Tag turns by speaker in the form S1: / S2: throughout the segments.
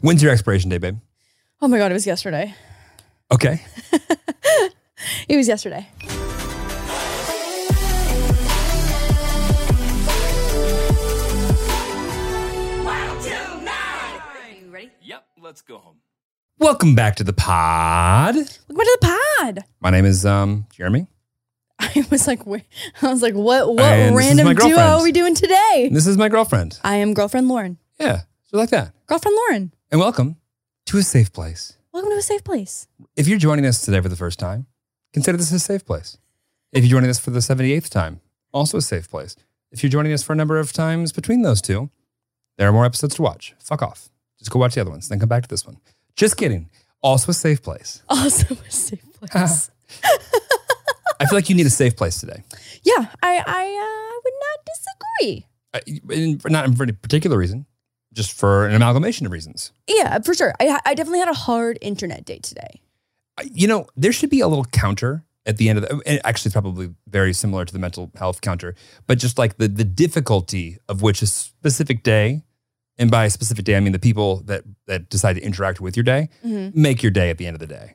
S1: When's your expiration date, babe?
S2: Oh my God, it was yesterday.
S1: Okay.
S2: It was yesterday.
S1: Yep, let's go home. Welcome back to the pod.
S2: Look, what to the pod.
S1: My name is um Jeremy.
S2: I was like, wait- I was like, what, what
S1: And this is my
S2: random duo
S1: girlfriend.
S2: are we doing today?
S1: And this is my girlfriend.
S2: I am girlfriend Lauren.
S1: Yeah. So like that.
S2: Girlfriend Lauren,
S1: And welcome to a safe place.
S2: welcome to a safe place.
S1: If you're joining us today for the first time, consider this a safe place. If you're joining us for the 78th time, also a safe place. If you're joining us for a number of times between those two, there are more episodes to watch. Fuck off. Just go watch the other ones, then come back to this one. Just kidding. Also a safe place.
S2: Also a safe place.
S1: I feel like you need a safe place today.
S2: yeah, I, I uh, would not disagree.
S1: Uh, in, not for any particular reason, just for an amalgamation of reasons.
S2: Yeah, for sure. I, I definitely had a hard internet day today.
S1: I- You know, there should be a little counter at the end of the, and actually, it's probably very similar to the mental health counter, but just like the, the difficulty of which a specific day, and by a specific day, I mean the people that, that decide to interact with your day,
S2: Mhm.
S1: make your day at the end of the day.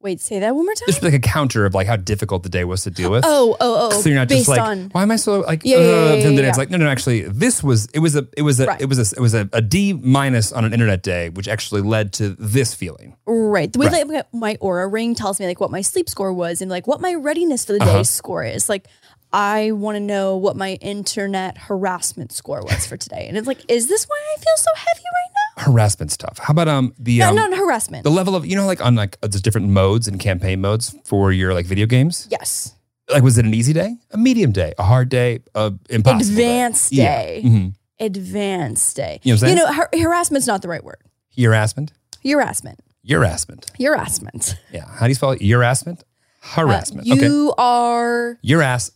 S2: Wait, say that one more
S1: There
S2: time.
S1: should be like a counter of like how difficult the day was to deal with.
S2: Oh, oh, oh.
S1: so you're not
S2: based
S1: just like,
S2: on.
S1: why am I so like?
S2: Yeah, yeah, yeah,
S1: uh,
S2: yeah,
S1: then
S2: yeah,
S1: it's
S2: yeah.
S1: like, no, no, actually, this was it was a it was a
S2: Right.
S1: it was a it was a, a D minus on an internet day, which actually led to this feeling.
S2: Right. The way
S1: Right.
S2: that my aura ring tells me like what my sleep score was and like what my readiness for the day
S1: Uh-huh.
S2: score is. Like I want to know what my internet harassment score was for today. And it's like, is this why I feel so heavy right now?
S1: Harassment stuff. How about um the um,
S2: no, not harassment.
S1: the level of you know like on like uh, there's different modes and campaign modes for your like video games.
S2: yes.
S1: Like was it an easy day, a medium day, a hard day, a impossible
S2: Advanced
S1: day? Yeah.
S2: day.
S1: Mhm.
S2: Advanced day.
S1: You know what I'm saying?
S2: You know, har- harassment's not the right word.
S1: Harassment.
S2: Harassment.
S1: Harassment.
S2: Harassment.
S1: Yeah. How do you spell it? Harassment.
S2: Uh,
S1: Harassment. okay.
S2: you are.
S1: Your ass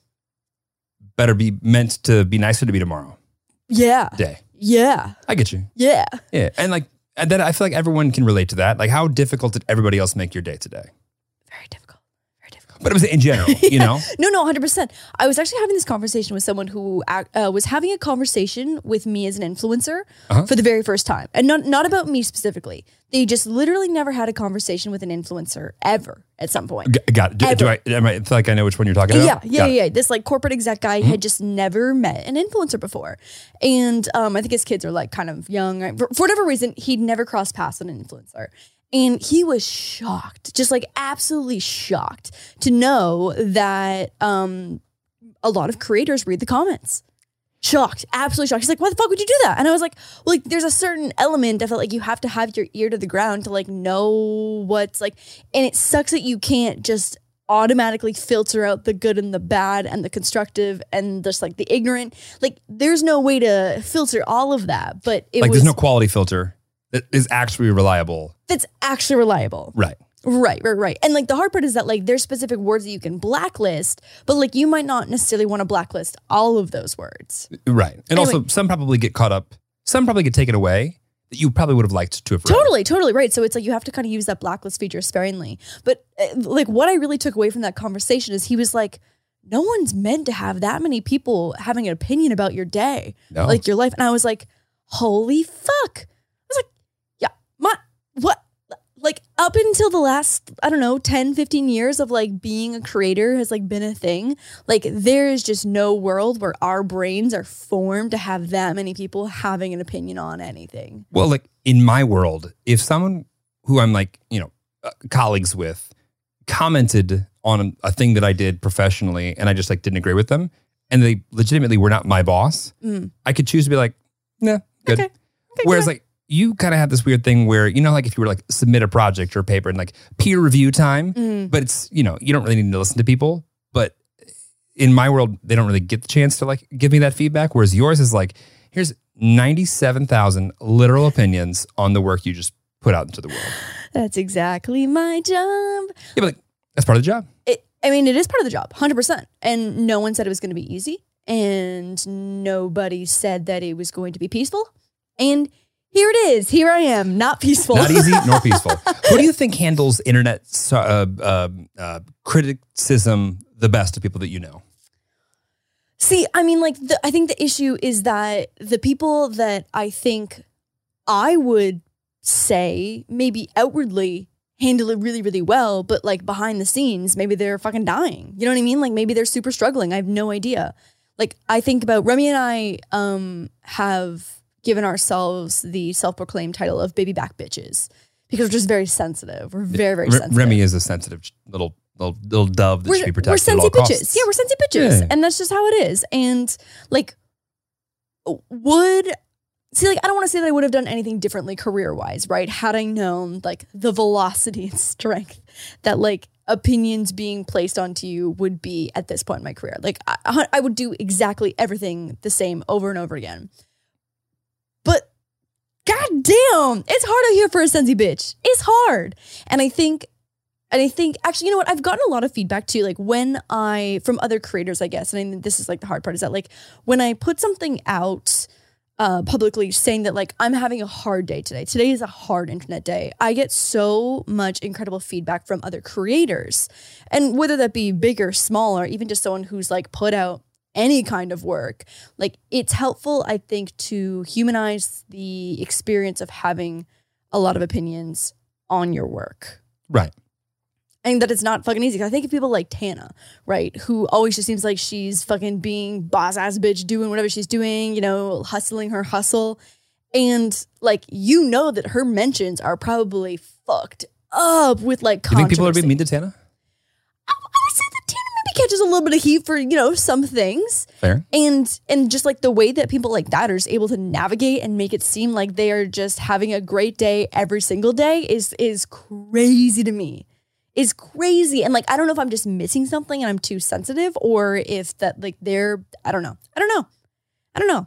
S1: better be meant to be nicer to be tomorrow
S2: Yeah.
S1: day.
S2: Yeah.
S1: I get you.
S2: Yeah.
S1: Yeah, and like and then I feel like everyone can relate to that. Like, how difficult did everybody else make your day today?
S2: Very difficult. Very difficult.
S1: But it was in general, you know.
S2: No, no, 100%. I was actually having this conversation with someone who ac- uh, was having a conversation with me as an influencer
S1: Uh-huh.
S2: for the very first time. And not, not about me specifically. They just literally never had a conversation with an influencer ever at some point.
S1: G- Got it. Do, do I? am I I feel like I know which one you're talking
S2: Yeah,
S1: about. Mm-hmm.
S2: yeah,
S1: Got it.
S2: yeah, yeah. This like corporate exec guy had just never met an influencer before. And um, I think his kids are like kind of young. For, for whatever reason, he'd never crossed paths with an influencer. And he was shocked, just like absolutely shocked to know that um, a lot of creators read the comments. Shocked, absolutely shocked. He's like, why the fuck would you do that? And I was like, well, like, there's a certain element I felt like you have to have your ear to the ground to like know what's like, and it sucks that you can't just automatically filter out the good and the bad and the constructive and just like the ignorant. Like, there's no way to filter all of that, but it
S1: Like,
S2: was
S1: there's no quality filter that is actually reliable.
S2: that's actually reliable.
S1: Right.
S2: Right, right, right. And like the hard part is that like there's specific words that you can blacklist, but like you might not necessarily want to blacklist all of those words.
S1: Right. And also,
S2: Anyway.
S1: some probably get caught up. Some probably get taken away that you probably would have liked to have. read.
S2: Totally, totally right. So it's like you have to kind of use that blacklist feature sparingly. But uh, like what I really took away from that conversation is he was like, no one's meant to have that many people having an opinion about your day,
S1: No.
S2: like your life. And I was like, holy fuck. I was like, yeah, my, what? Like up until the last, I don't know, 10, 15 years of like being a creator has like been a thing. Like there is just no world where our brains are formed to have that many people having an opinion on anything.
S1: Well, like in my world, if someone who I'm like, you know, uh, colleagues with commented on a thing that I did professionally and I just like didn't agree with them and they legitimately were not my boss,
S2: Mm.
S1: I could choose to be like, nah, good.
S2: Okay. Okay,
S1: Whereas
S2: good.
S1: like you kind of have this weird thing where, you know, like if you were like submit a project or a paper and like peer review time,
S2: Mm.
S1: but it's, you know, you don't really need to listen to people, but in my world, they don't really get the chance to like give me that feedback. Whereas yours is like, here's 97,000 literal opinions on the work you just put out into the world.
S2: That's exactly my job.
S1: Yeah, but like, that's part of the job.
S2: It, I mean, it is part of the job, 100%. And no one said it was going to be easy. And nobody said that it was going to be peaceful. And here it is. Here I am, not peaceful.
S1: Not easy nor peaceful. Who do you think handles internet so- uh, uh, uh, criticism the best of people that you know?
S2: See, I mean, like, the, I think the issue is that the people that I think I would say maybe outwardly handle it really, really well, but like behind the scenes, maybe they're fucking dying. You know what I mean? Like maybe they're super struggling. I have no idea. Like I think about Remy and I um have given ourselves the self-proclaimed title of baby back bitches because we're just very sensitive. We're very, very
S1: Re-
S2: sensitive.
S1: Remy is a sensitive ch- little little, little dove that should be protected
S2: we're
S1: at
S2: sensy
S1: all
S2: bitches.
S1: costs.
S2: Yeah, we're sensy bitches.
S1: Yeah.
S2: And that's just how it is. And like, would see, like, I don't want to say that I would have done anything differently career wise, right? Had I known like the velocity and strength that like opinions being placed onto you would be at this point in my career. Like, I, I would do exactly everything the same over and over again. But God damn, it's hard out here for a sensy bitch. It's hard. And I think and I think actually, you know what? I've gotten a lot of feedback too, like when I from other creators, I guess. And I, this is like the hard part is that like when I put something out uh, publicly saying that like I'm having a hard day today. Today is a hard internet day. I get so much incredible feedback from other creators, and whether that be big or small, or even just someone who's like put out any kind of work, like it's helpful, I think, to humanize the experience of having a lot of opinions on your work
S1: right.
S2: and that it's not fucking easy. 'Cause I think of people like Tana, right, who always just seems like she's fucking being boss ass bitch, doing whatever she's doing, you know, hustling her hustle, and like you know that her mentions are probably fucked up with like.
S1: Do you think people are
S2: controversy.
S1: being mean to Tana?
S2: I, I would say that Tana maybe catches a little bit of heat for you know some things,
S1: Fair.
S2: and and just like the way that people like that are just able to navigate and make it seem like they are just having a great day every single day is is crazy to me is crazy and like i don't know if i'm just missing something and i'm too sensitive or if that like they're i don't know i don't know i don't know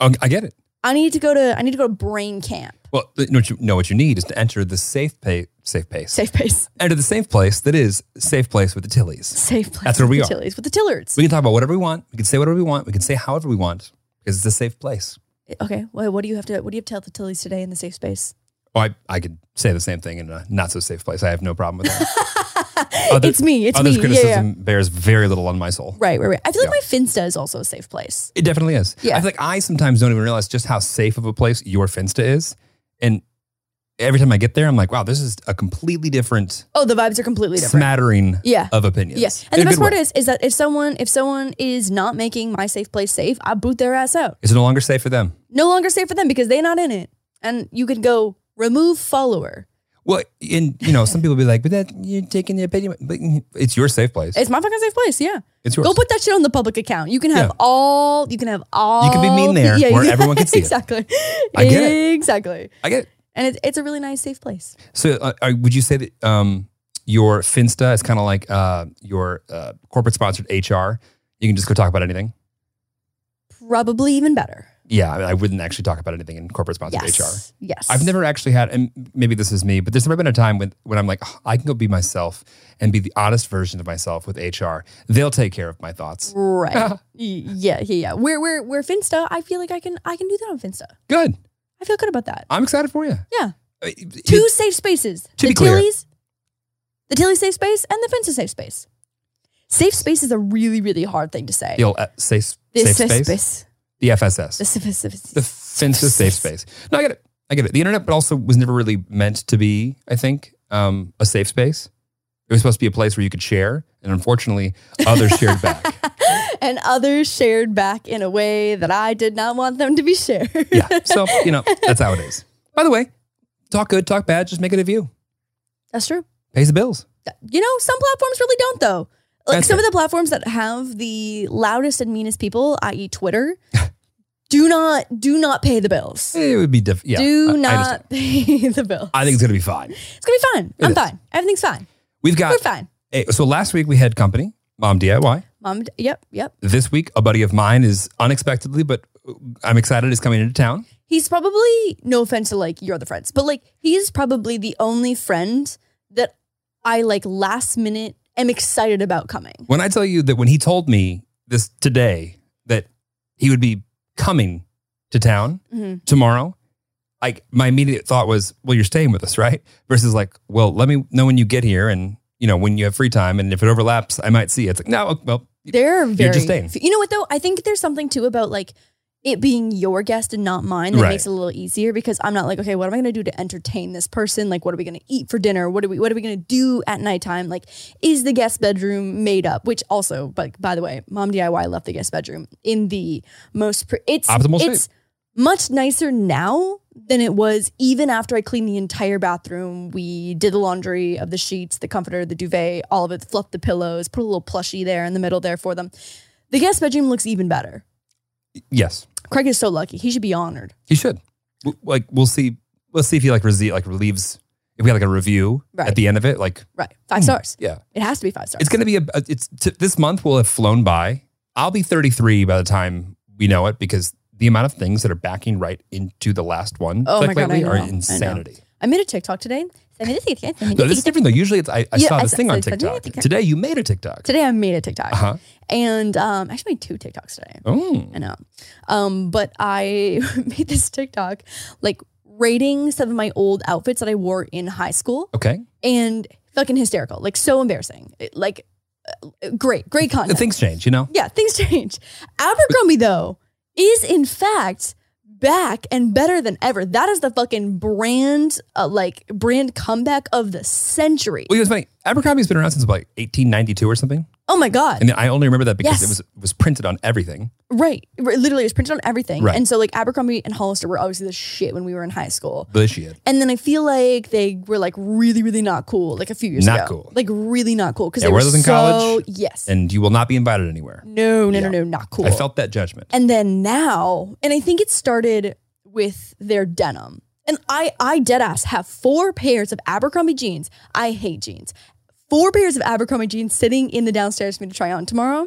S1: Oh, I get it.
S2: i need to go to i need to go to brain camp
S1: Well, th- what you know what you need is to enter the safe pay, safe pace,
S2: safe place
S1: enter the safe place that is safe place with the Tillies.
S2: safe place
S1: That's where we
S2: with
S1: are.
S2: the tillies with the tillards
S1: We can talk about whatever we want. We can say whatever we want. We can say however we want because it's a safe place.
S2: okay well, what do you have to what do you have to tell the tillies today in the safe space
S1: Oh, I, I could say the same thing in a not so safe place. I have no problem with that. Other-
S2: it's me it's me
S1: Others'
S2: Yeah, yeah, yeah
S1: criticism bears very little on my soul.
S2: right right right i feel like my finsta is also a safe place
S1: It definitely is.
S2: Yeah.
S1: I feel like I sometimes don't even realize just how safe of a place your Finsta is. And every time I get there, I'm like, wow, this is a completely different
S2: Oh, the vibes are completely different.
S1: smattering
S2: Yeah.
S1: of opinions.
S2: Yes. And the best part is is that if someone if someone is not making my safe place safe, I boot their ass out.
S1: it's no longer safe for them.
S2: No longer safe for them because they're not in it. And you could go remove follower.
S1: Well, and you know, some people be like, but that you're taking the opinion, but it's your safe place.
S2: It's my fucking safe place. Yeah.
S1: It's yours.
S2: Go put that shit on the public account. You can have
S1: Yeah.
S2: all you can have all
S1: You can be mean
S2: the-
S1: there where
S2: you-
S1: everyone can see it.
S2: Exactly.
S1: I get it.
S2: Exactly.
S1: I get. It.
S2: And it's it's a really nice safe place.
S1: So, uh, uh, would you say that um, your Finsta is kind of like uh, your uh, corporate sponsored HR? You can just go talk about anything.
S2: Probably even better.
S1: Yeah, I, mean, I wouldn't actually talk about anything in corporate sponsored HR.
S2: Yes. Yes.
S1: I've never actually had, and maybe this is me, but there's never been a time when, when I'm like, "Oh, I can go be myself and be the honest version of myself with HR. They'll take care of my thoughts.
S2: Right.
S1: Uh-huh.
S2: Y- yeah, yeah, yeah. Where where where Finsta, I feel like I can I can do that on Finsta.
S1: Good.
S2: I feel good about that.
S1: I'm excited for you.
S2: Yeah.
S1: Uh,
S2: Two
S1: it-
S2: safe spaces.
S1: to
S2: the
S1: be clear-
S2: Tilly's, the Tilly safe space and the Finsta safe space. Safe space is a really, really hard thing to say.
S1: the old uh, safe,
S2: The
S1: safe space,
S2: space.
S1: the FSS,
S2: The safe space.
S1: the Finsta safe space. No, I get it. I get it. The internet, but also was never really meant to be. I think um, a safe space. It was supposed to be a place where you could share, and unfortunately, others shared back.
S2: and others shared back in a way that I did not want them to be shared.
S1: Yeah. So you know that's how it is. By the way, talk good, talk bad, just make it a view.
S2: That's true.
S1: Pays the bills.
S2: You know, some platforms really don't though. Like
S1: That's
S2: some
S1: fair.
S2: of the platforms that have the loudest and meanest people, i.e. Twitter, do not do not pay the bills.
S1: It would be different. Yeah, I- I
S2: do
S1: understand.
S2: not pay the bills.
S1: I, think it's gonna be fine.
S2: It's gonna be fine.
S1: It
S2: I'm
S1: is.
S2: fine. Everything's fine.
S1: We've
S2: We're
S1: got
S2: fine.
S1: eh, so last week we had company um, mom DIY.
S2: Mom. d- Yep. Yep.
S1: This week a buddy of mine is unexpectedly, but uh, I'm excited is coming into town.
S2: He's probably no offense to like your other friends, but like he's probably the only friend that I like last minute am excited about coming.
S1: When I tell you that when he told me this today that he would be coming to town
S2: Mhm.
S1: tomorrow, like my immediate thought was, well, you're staying with us, right? Versus like, well, let me know when you get here and you know when you have free time, and if it overlaps, I might see. you. It's like no, well,
S2: There are very.
S1: just staying.
S2: few- you know what though? I think there's something too about like it being your guest and not mine that
S1: Right.
S2: makes it a little easier because I'm not like, okay, what am I going to do to entertain this person? Like, what are we going to eat for dinner? What are we, what are we going to do at nighttime? Like, is the guest bedroom made up? Which also, but by the way, mom DIY left the guest bedroom in the most, pre- it's,
S1: Optimal shape.
S2: it's much nicer now than it was even after I cleaned the entire bathroom. We did the laundry of the sheets, the comforter, the duvet, all of it, fluffed the pillows, put a little plushie there in the middle there for them. The guest bedroom looks even better.
S1: Yes,
S2: Craig is so lucky. He should be honored.
S1: he should. W- like we'll see. Let's see if he like rese- like relieves. If we had like a review
S2: Right.
S1: at the end of it, like
S2: Right. Five stars.
S1: yeah,
S2: It has to be five stars.
S1: Hmm. it's gonna be a. a- It's t- this month will have flown by. I'll be 33 by the time we know it because the amount of things that are backing right into the last one
S2: Oh my
S1: like
S2: God, I
S1: lately
S2: know, I
S1: are
S2: know.
S1: insanity.
S2: I made a TikTok today. Send me the TikTok. Send
S1: No,
S2: me the
S1: this is
S2: TikTok.
S1: different though. Usually, it's I, I
S2: Yeah,
S1: saw
S2: I
S1: this
S2: saw-
S1: thing
S2: I
S1: on
S2: saw- I saw
S1: TikTok.
S2: TikTok.
S1: Today, you made a TikTok.
S2: Today I made a TikTok.
S1: Uh huh.
S2: And um, actually made two TikToks today.
S1: Oh,
S2: I know. Um, but I made this TikTok like rating some of my old outfits that I wore in high school
S1: okay.
S2: and fucking hysterical. Like so embarrassing. It- like uh, great, great content.
S1: Things change, you know.
S2: yeah, things change. Abercrombie though is in fact back and better than ever. That is the fucking brand uh, like brand comeback of the century.
S1: Well, you know, it's funny. Abercrombie's been around since like 1892 or something,
S2: Oh my god.
S1: and I only remember that because
S2: Yes.
S1: it was was printed on everything.
S2: Right. It Literally, it was printed on everything.
S1: Right.
S2: And so, like, Abercrombie and Hollister were obviously the shit when we were in high school.
S1: This shit.
S2: And then I feel like they were like really, really not cool, like a few years
S1: Not
S2: ago.
S1: cool.
S2: Like, really not cool. Because
S1: Yeah,
S2: they were
S1: where I was in
S2: so,
S1: college
S2: Yes.
S1: and you will not be invited anywhere.
S2: no, no,
S1: Yeah.
S2: no, no, not cool.
S1: I felt that judgment.
S2: and then now, and I think it started with their denim. And I, I dead ass have four pairs of Abercrombie jeans. I hate jeans. Four pairs of Abercrombie jeans sitting in the downstairs for me to try on tomorrow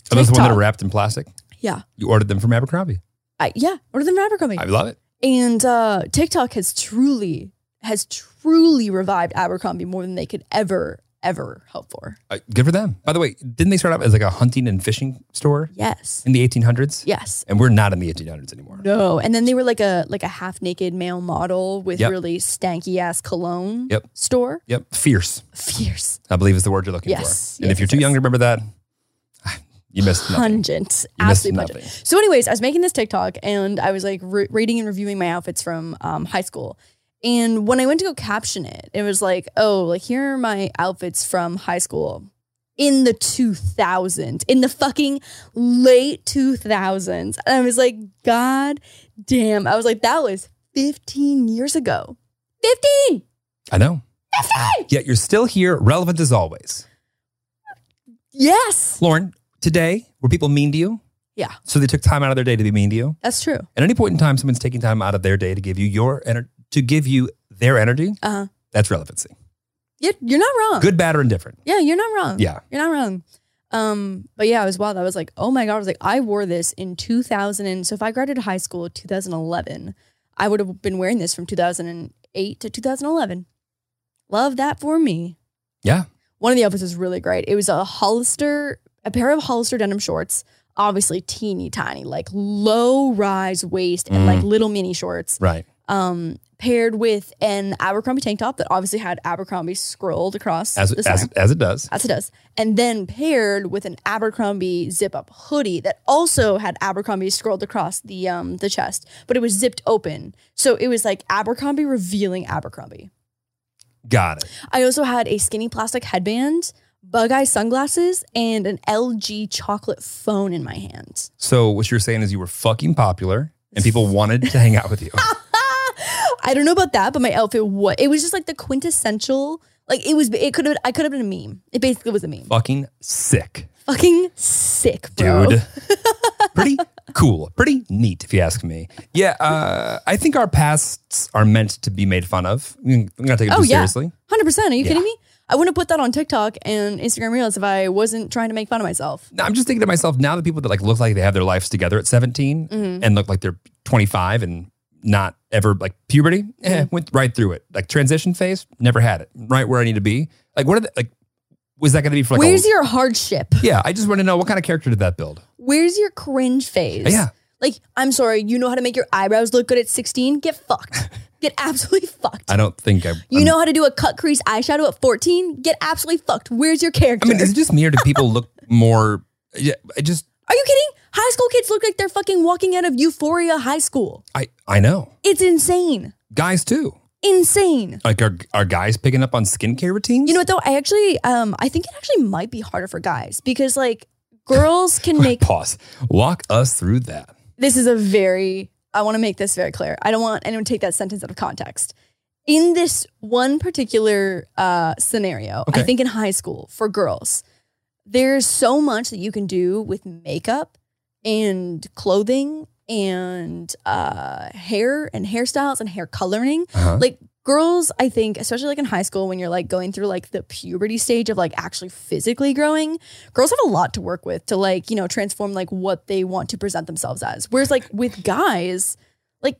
S1: Are those the ones that
S2: TikTok-
S1: are wrapped in plastic?
S2: yeah,
S1: You ordered them from Abercrombie.
S2: I, yeah, order them from Abercrombie.
S1: I love it.
S2: And uh, TikTok has truly has truly revived Abercrombie more than they could ever ever hope for.
S1: Uh, good for them. By the way, didn't they start out as like a hunting and fishing store
S2: Yes,
S1: in the 1800s?
S2: yes,
S1: And we're not in the 1800s anymore.
S2: no. And then they were like a like a half naked male model with
S1: Yep.
S2: really stanky ass cologne
S1: Yep.
S2: store.
S1: Yep. Fierce,
S2: Fierce,
S1: I believe is the word you're looking
S2: Yes,
S1: for. And if
S2: yes,
S1: you're too
S2: yes.
S1: young to remember that, ah, you missed nothing.
S2: pungent,
S1: You missed
S2: absolutely pungent.
S1: nothing.
S2: So, anyways, I was making this TikTok and I was like re- rating and reviewing my outfits from um, high school. And when I went to go caption it, it was like, oh, like here are my outfits from high school in the 2000s, in the fucking late 2000s. And I was like, God damn. I was like, that was 15 years ago. 15!
S1: I know. Yet you're still here, relevant as always.
S2: Yes.
S1: Lauren, today, were people mean to you?
S2: Yeah.
S1: So they took time out of their day to be mean to you?
S2: That's true.
S1: At any point in time, someone's taking time out of their day to give you your ener- to give you their energy.
S2: Uh-huh.
S1: That's relevancy.
S2: You're, you're not wrong.
S1: Good, bad, or indifferent.
S2: Yeah, you're not wrong.
S1: Yeah.
S2: You're not wrong. Um, but yeah, I was wild. I was like, oh my God. I was like, I wore this in 2000. And so if I graduated high school 2011, I would have been wearing this from 2008 to 2011. Love that for me.
S1: Yeah.
S2: One of the outfits was really great. It was a Hollister, a pair of Hollister denim shorts, obviously teeny tiny, like low rise waist and
S1: Mm.
S2: like little mini shorts
S1: Right.
S2: um, paired with an Abercrombie tank top that obviously had Abercrombie scrolled across
S1: As
S2: the
S1: as,
S2: center,
S1: as it does.
S2: as it does, and then paired with an Abercrombie zip up hoodie that also had Abercrombie scrolled across the um, the chest, but it was zipped open, so it was like Abercrombie revealing Abercrombie.
S1: Got it.
S2: I also had a skinny plastic headband, bug eye sunglasses, and an LG chocolate phone in my hand.
S1: So what you're saying is you were fucking popular and people wanted to hang out with you.
S2: I don't know about that, but my outfit was it was just like the quintessential. Like it was, it could have, I could have been a meme. It basically was a meme.
S1: fucking sick,
S2: Fucking sick, bro.
S1: dude. Pretty cool. Pretty neat, if you ask me. Yeah. Uh, I think our pasts are meant to be made fun of. I'm gonna take it
S2: Oh,
S1: too
S2: yeah.
S1: seriously.
S2: hundred percent. Are you
S1: Yeah.
S2: kidding me? I wouldn't have put that on TikTok and Instagram Reels if I wasn't trying to make fun of myself.
S1: No, I'm just thinking to myself now the people that like look like they have their lives together at 17
S2: Mm-hmm.
S1: and look like they're 25 and not ever like puberty eh,
S2: Mm-hmm.
S1: went right through it. Like transition phase, never had it. Right where I need to be. Like what are the, like was that going to be for like a-
S2: Where's your hardship?
S1: Yeah, I just want to know what kind of character did that build?
S2: Where's your cringe phase?
S1: Yeah.
S2: Like I'm sorry, you know how to make your eyebrows look good at sixteen? Get fucked. Get absolutely fucked.
S1: I don't think I
S2: You
S1: I'm-
S2: know how to do a cut crease eyeshadow at fourteen? Get absolutely fucked. Where's your
S1: I
S2: character?
S1: mean, is it just me or do people look more yeah, I just
S2: Are you kidding? High school kids look like they're fucking walking out of Euphoria High School.
S1: I I know.
S2: It's insane.
S1: Guys too.
S2: Insane.
S1: Like are are guys picking up on skincare routines?
S2: You know what though? I actually um I think it actually might be harder for guys because like girls can make
S1: Pause. Walk us through that.
S2: this is a very I want to make this very clear. I don't want anyone to take that sentence out of context. In this one particular uh, scenario, I
S1: Okay.
S2: think in high school for girls, there's so much that you can do with makeup and clothing and uh, hair and hairstyles and hair coloring
S1: Uh-huh.
S2: like girls i think especially like in high school when you're like going through like the puberty stage of like actually physically growing girls have a lot to work with to like you know transform like what they want to present themselves as whereas like with guys like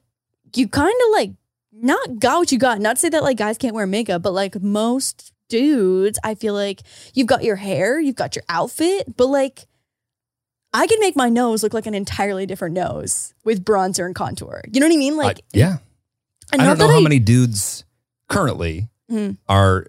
S2: you kind of like not got what you got not to say that like guys can't wear makeup but like most dudes i feel like you've got your hair you've got your outfit but like i can make my nose look like an entirely different nose with bronzer and contour you know what i mean like
S1: I- yeah.
S2: and
S1: I don't
S2: not
S1: know
S2: that
S1: how many dudes currently
S2: Mhm.
S1: are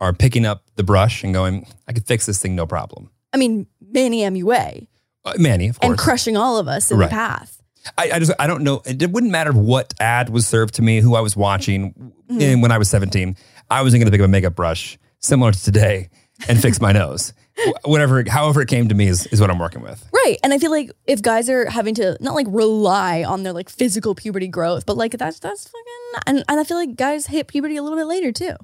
S1: are picking up the brush and going, I could fix this thing no problem.
S2: I mean, many MUA
S1: Uh, Manny, of
S2: and
S1: course.
S2: crushing all of us in
S1: Right.
S2: the path.
S1: I, I just I don't know. It wouldn't matter what ad was served to me, who I was watching,
S2: Mhm.
S1: and when I was seventeen, I wasn't going to pick up a makeup brush similar to today and fix my nose. Wh- Whatever, however it came to me is, is what I'm working with.
S2: Right. And I feel like if guys are having to not like rely on their like physical puberty growth, but like that's that's fucking and, and I feel like guys hit puberty a little bit later too.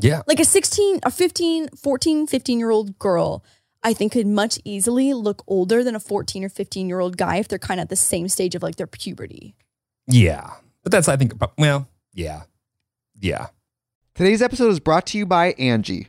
S1: Yeah,
S2: Like a 16 or 15, 14, 15 year old girl, I think could much easily look older than a 14 or 15 year old guy if they're kind of at the same stage of like their puberty.
S1: yeah. But that's I think. Well, yeah, yeah.
S3: Today's episode is brought to you by Angie.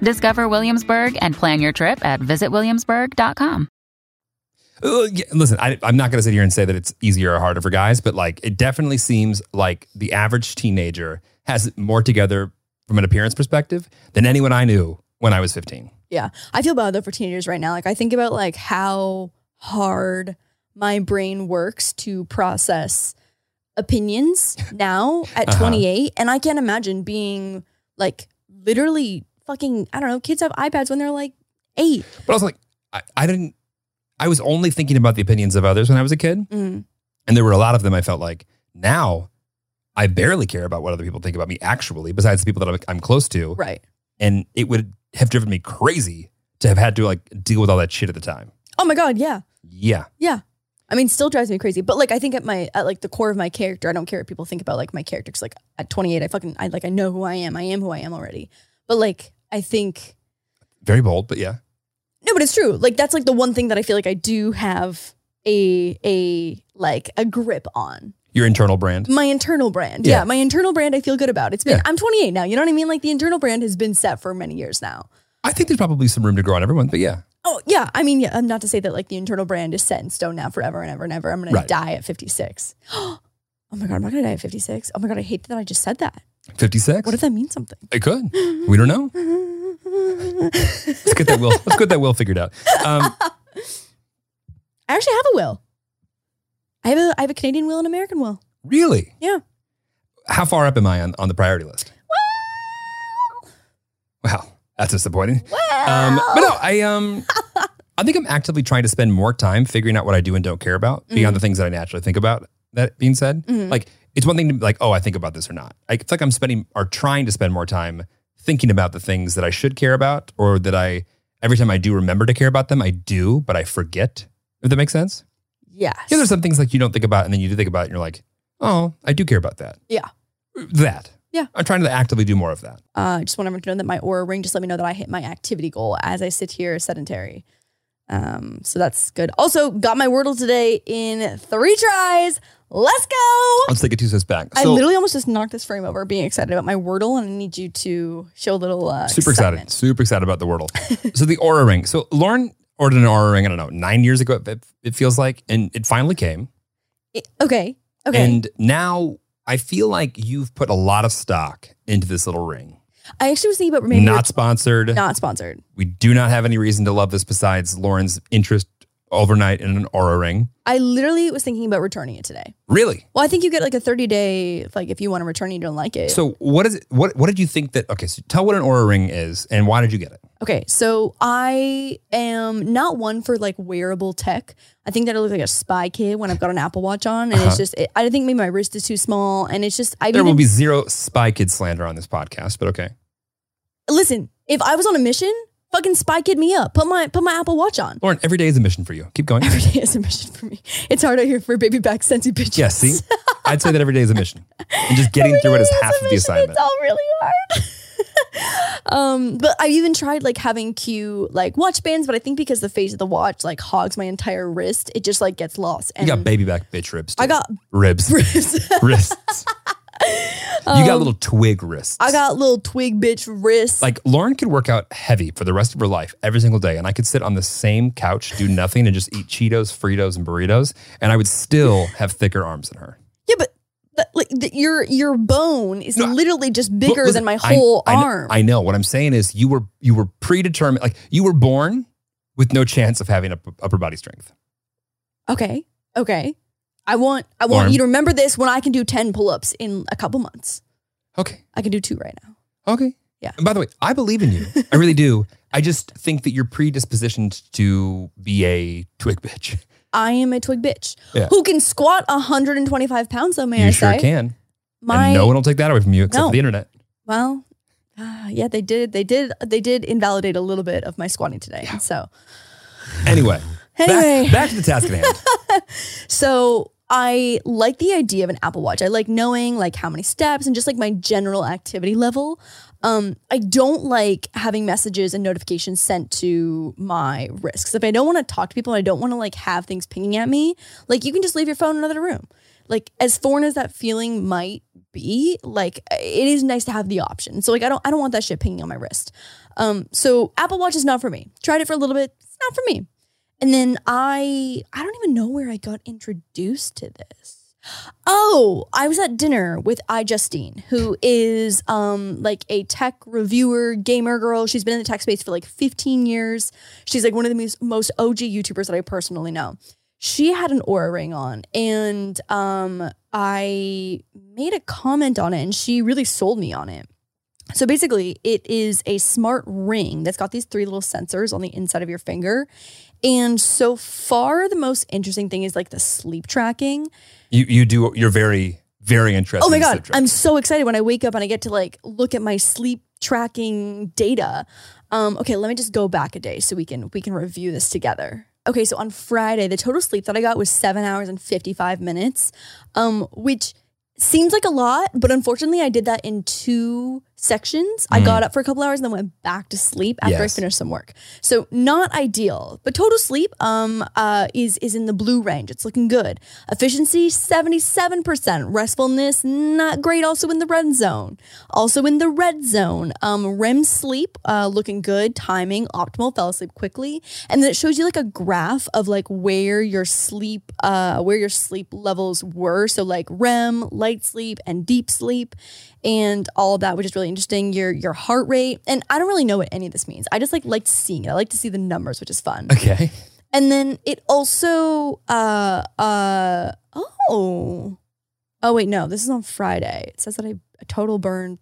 S4: Discover Williamsburg and plan your trip at visitwilliamsburg.com.
S1: Uh, yeah, listen, I, I'm not going to sit here and say that it's easier or harder for guys, but like it definitely seems like the average teenager has it more together from an appearance perspective than anyone I knew when I was 15.
S2: Yeah. I feel bad though for teenagers right now. Like I think about like how hard my brain works to process opinions now at
S1: Uh-huh.
S2: 28 and I can't imagine being like literally fucking I don't know, kids have iPads when they're like 8.
S1: But also, like, I, I didn't, I was only thinking about the opinions of others when I was a kid.
S2: Mm.
S1: And there were a lot of them I felt like now I barely care about what other people think about me actually, besides the people that I'm, I'm close to.
S2: Right.
S1: And it would have driven me crazy to have had to like deal with all that shit at the time.
S2: Oh my god, yeah.
S1: Yeah.
S2: I mean, still drives me crazy. But like, I think at my at like the core of my character, I don't care what people think about like my character. 'cause, like at 28, I fucking I like I know who I am. I am who I am already. But like, I think
S1: Very bold, but yeah.
S2: no, but it's true. Like that's like the one thing that I feel like I do have a a like a grip on
S1: Your internal brand.
S2: my internal brand. Yeah,
S1: Yeah.
S2: my internal brand I feel good about. It's been
S1: Yeah.
S2: I'm 28 now. You know what I mean? Like the internal brand has been set for many years now.
S1: I think there's probably some room to grow on everyone, but yeah.
S2: Oh yeah, I mean, yeah. I'm not to say that like the internal brand is set in stone now forever and ever and ever. I'm gonna
S1: Right.
S2: die at 56. oh my god, I'm not gonna die at 56. Oh my god, I hate that I just said that.
S1: 56?
S2: What if that means something?
S1: it could. We don't know. Let's get that will. Let's get that will figured out. Um,
S2: I actually have a will. I have a I have a Canadian will and American will.
S1: really?
S2: Yeah.
S1: How far up am I on, on the priority list? Wow, that's disappointing.
S2: Wow.
S1: Um, but no, I um, I think I'm actively trying to spend more time figuring out what I do and don't care about
S2: Mm.
S1: beyond the things that I naturally think about. That being said,
S2: Mhm.
S1: like it's one thing to be like, oh, I think about this or not. Like it's like I'm spending or trying to spend more time thinking about the things that I should care about or that I every time I do remember to care about them, I do, but I forget. If that makes sense.
S2: yes.
S1: Yeah, there's some things like you don't think about and then you do think about it and you're like, oh, I do care about that.
S2: Yeah.
S1: That.
S2: Yeah.
S1: I'm trying to actively do more of that.
S2: Uh, I just want everyone to know that my aura ring just let me know that I hit my activity goal as I sit here sedentary. Um, so that's good. Also, got my Wordle today in three tries. Let's go.
S1: Let's take a two steps back.
S2: I
S1: So-
S2: literally almost just knocked this frame over being excited about my Wordle, and I need you to show a little uh,
S1: super
S2: excitement.
S1: excited. Super excited about the Wordle. so the Aura Ring. So Lauren ordered an Aura Ring, I don't know, nine years ago, it, it feels like, and it finally came.
S2: It- okay. Okay.
S1: And now I feel like you've put a lot of stock into this little ring.
S2: I actually was thinking about maybe
S1: not sponsored.
S2: not sponsored.
S1: We do not have any reason to love this besides Lauren's interest overnight in an Aura Ring.
S2: I literally was thinking about returning it today.
S1: Really?
S2: Well, I think you get like a 30 day, like if you want to return it, you don't like it.
S1: So what is it? What what did you think that? Okay, so tell what an aura ring is and why did you get it?
S2: Okay, so I am not one for like wearable tech. I think that I look like a spy kid when I've got an Apple Watch on, and
S1: Uh-huh.
S2: it's just it, I think maybe my wrist is too small, and it's just I
S1: There will
S2: even-
S1: be zero Spy Kid slander on this podcast, but okay.
S2: listen. If I was on a mission, fucking spy kid me up. Put my put my Apple Watch on.
S1: Lauren, every day is a mission for you. Keep going.
S2: Every day is a mission for me. It's hard out here for baby back sensey bitches.
S1: Yeah, see? I'd say that every day is a mission. And just getting
S2: Every
S1: through it
S2: day
S1: is half
S2: a
S1: of the
S2: mission.
S1: assignment.
S2: It's all really hard. um, but I even tried like having cute like watch bands, but I think because the face of the watch like hogs my entire wrist, it just like gets lost.
S1: You
S2: And
S1: got baby back bitch ribs.
S2: I
S1: too.
S2: got
S1: ribs.
S2: wrists.
S1: wrists. you got little twig wrists.
S2: Um, I got little twig bitch wrists.
S1: like Lauren could work out heavy for the rest of her life every single day, and I could sit on the same couch, do nothing, and just eat Cheetos, Fritos, and burritos, and I would still have thicker arms than her.
S2: yeah, but, but like the, your your bone is
S1: No, I-
S2: literally just bigger
S1: Look,
S2: than my
S1: listen, I-
S2: whole
S1: I, kn-
S2: arm.
S1: I know. What I'm saying is you were you were predetermined. Like you were born with no chance of having up- upper body strength.
S2: okay, okay. I want I want
S1: Arm.
S2: you to remember this when I can do ten pull ups in a couple months.
S1: Okay.
S2: I can do two right now.
S1: Okay.
S2: Yeah.
S1: And by the way, I believe in you. I really do. I just think that you're predispositioned to be a twig bitch.
S2: I am a twig bitch
S1: Yeah.
S2: who can squat 125 pounds. Though may
S1: you
S2: I
S1: sure
S2: say,
S1: can.
S2: my
S1: and no one will take that away from you except
S2: No.
S1: for the internet.
S2: well, ah, yeah, they did, they did, they did invalidate a little bit of my squatting today. So
S1: Anyway. back-
S2: anyway,
S1: Back, to the task at hand.
S2: So I like the idea of an Apple Watch. I like knowing like how many steps and just like my general activity level. Um, I don't like having messages and notifications sent to my wrist. 'Cause If I don't want to talk to people and I don't want to like have things pinging at me, like you can just leave your phone in another room. Like as foreign as that feeling might be, like it is nice to have the option. So like I don't I don't want that shit pinging on my wrist. Um, so Apple Watch is not for me. Tried it for a little bit. It's not for me. And then I I don't even know where I got introduced to this. Oh, I was at dinner with I Justine, who is um like a tech reviewer, gamer girl. She's been in the tech space for like 15 years. She's like one of the most, most OG YouTubers that I personally know. She had an aura ring on and um I made a comment on it and she really sold me on it. So basically, it is a smart ring that's got these three little sensors on the inside of your finger. And so far, the most interesting thing is like the sleep tracking.
S1: You you do you're very, very interested.
S2: Oh my
S1: in
S2: God,
S1: subject.
S2: I'm so excited when I wake up and I get to like look at my sleep tracking data. Um, okay, let me just go back a day so we can we can review this together. Okay, so on Friday, the total sleep that I got was seven hours and 55 minutes, um, which seems like a lot, but unfortunately, I did that in two sections. I
S1: Mm.
S2: got up for a couple hours and then went back to sleep after
S1: Yes.
S2: I finished some work. So not ideal, but total sleep um uh is is in the blue range. It's looking good. Efficiency 77%, restfulness not great also in the red zone. Also in the red zone. Um REM sleep uh looking good, timing optimal, fell asleep quickly. And then it shows you like a graph of like where your sleep uh where your sleep levels were, so like REM, light sleep and deep sleep and all of that, which is really interesting. Your your heart rate, and I don't really know what any of this means. I just like liked seeing it. I like to see the numbers, which is fun.
S1: Okay.
S2: And then it also, uh, uh, oh, oh wait, no, this is on Friday. It says that I total burned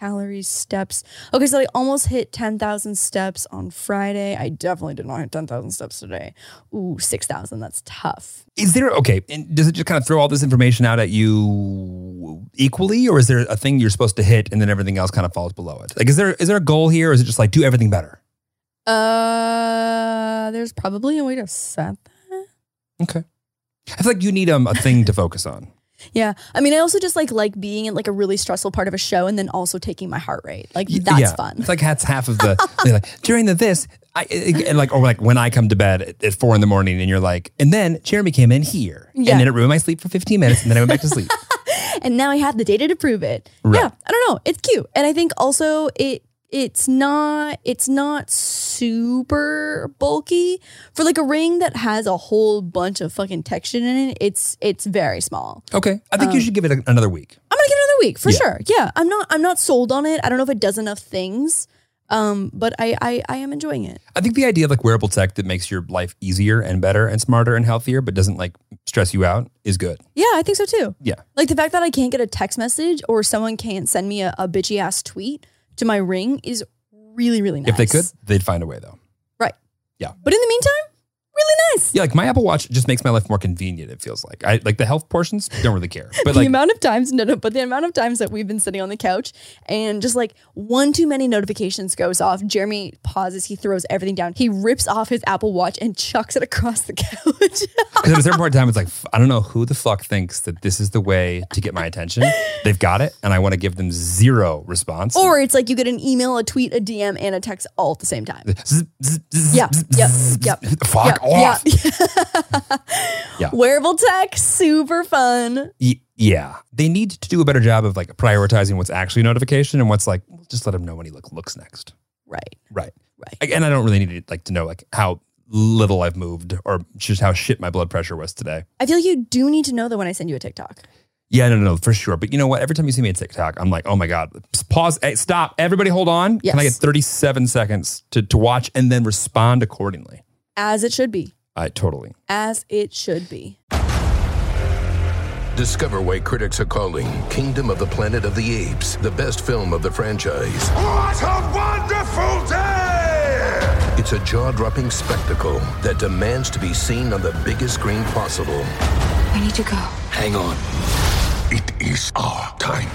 S2: calories, steps. Okay, so I almost hit ten thousand steps on Friday. I definitely did not hit ten thousand steps today. Ooh, six thousand. That's tough.
S1: Is there okay? And does it just kind of throw all this information out at you equally, or is there a thing you're supposed to hit and then everything else kind of falls below it? Like, is there is there a goal here, or is it just like do everything better?
S2: Uh, there's probably a way to set that.
S1: Okay. I feel like you need um, a thing to focus on.
S2: Yeah. I mean, I also just like like being in like a really stressful part of a show and then also taking my heart rate. Like
S1: Y-
S2: that's
S1: yeah.
S2: fun.
S1: It's like that's half of the they're like during the this. I it- it- like or like when I come to bed at, at four in the morning, and you're like, and then Jeremy came in here,
S2: Yeah.
S1: and then it ruined my sleep for 15 minutes, and then I went back to sleep.
S2: and now I have the data to prove it.
S1: Right.
S2: Yeah. I don't know. It's cute. And I think also it it's not it's not super bulky for like a ring that has a whole bunch of fucking texture in it. It's it's very small.
S1: Okay, I
S2: Oh.
S1: think you should give it a, another week.
S2: I'm gonna give it another week for
S1: Yeah.
S2: sure. Yeah. I'm not I'm not sold on it. I don't know if it does enough things. Um, but I I, I am enjoying it.
S1: I think the idea of like wearable tech that makes your life easier and better and smarter and healthier, but doesn't like stress you out, is good.
S2: Yeah, I think so too.
S1: Yeah.
S2: Like the fact that I can't get a text message or someone can't send me a, a bitchy ass tweet to my ring is really, really nice.
S1: If they could, they'd find a way though.
S2: But in the meantime, really nice.
S1: Yeah, like my Apple Watch just makes my life more convenient. It feels like I like the health portions don't really care, but
S2: the
S1: like
S2: amount of times, no, no, but the amount of times that we've been sitting on the couch and just like one too many notifications goes off. Jeremy pauses, he throws everything down, he rips off his Apple Watch and chucks it across the couch.
S1: because at a certain point in time, it's like f- I don't know who the fuck thinks that this is the way to get my attention. They've got it, and I want to give them zero response.
S2: or it's like you get an email, a tweet, a DM, and a text all at the same time.
S1: Zzz, zzz, zzz,
S2: Yeah,
S1: zzz,
S2: yeah,
S1: zzz,
S2: yeah,
S1: zzz. Fuck
S2: Yeah,
S1: off.
S2: yeah.
S1: Yeah.
S2: Wearable tech, super fun.
S1: Y- yeah, they need to do a better job of like prioritizing what's actually notification and what's like just let them know when he look, looks next.
S2: Right,
S1: Right.
S2: right.
S1: Like, and I don't really need to like to know like how little I've moved or just how shit my blood pressure was today.
S2: I feel like you do need to know that when I send you a TikTok.
S1: Yeah, no, no, no, for sure. But you know what? Every time you see me at TikTok, I'm like, oh my God, pause, hey, stop, everybody hold on. Can I get
S2: Yes.
S1: 37 seconds to, to watch and then respond accordingly?
S2: As it should be.
S1: I totally.
S2: As it should be.
S5: Discover why critics are calling Kingdom of the Planet of the Apes the best film of the franchise.
S6: What a wonderful day!
S5: It's a jaw dropping spectacle that demands to be seen on the biggest screen possible.
S7: We need to go.
S5: Hang on.
S6: It is our time.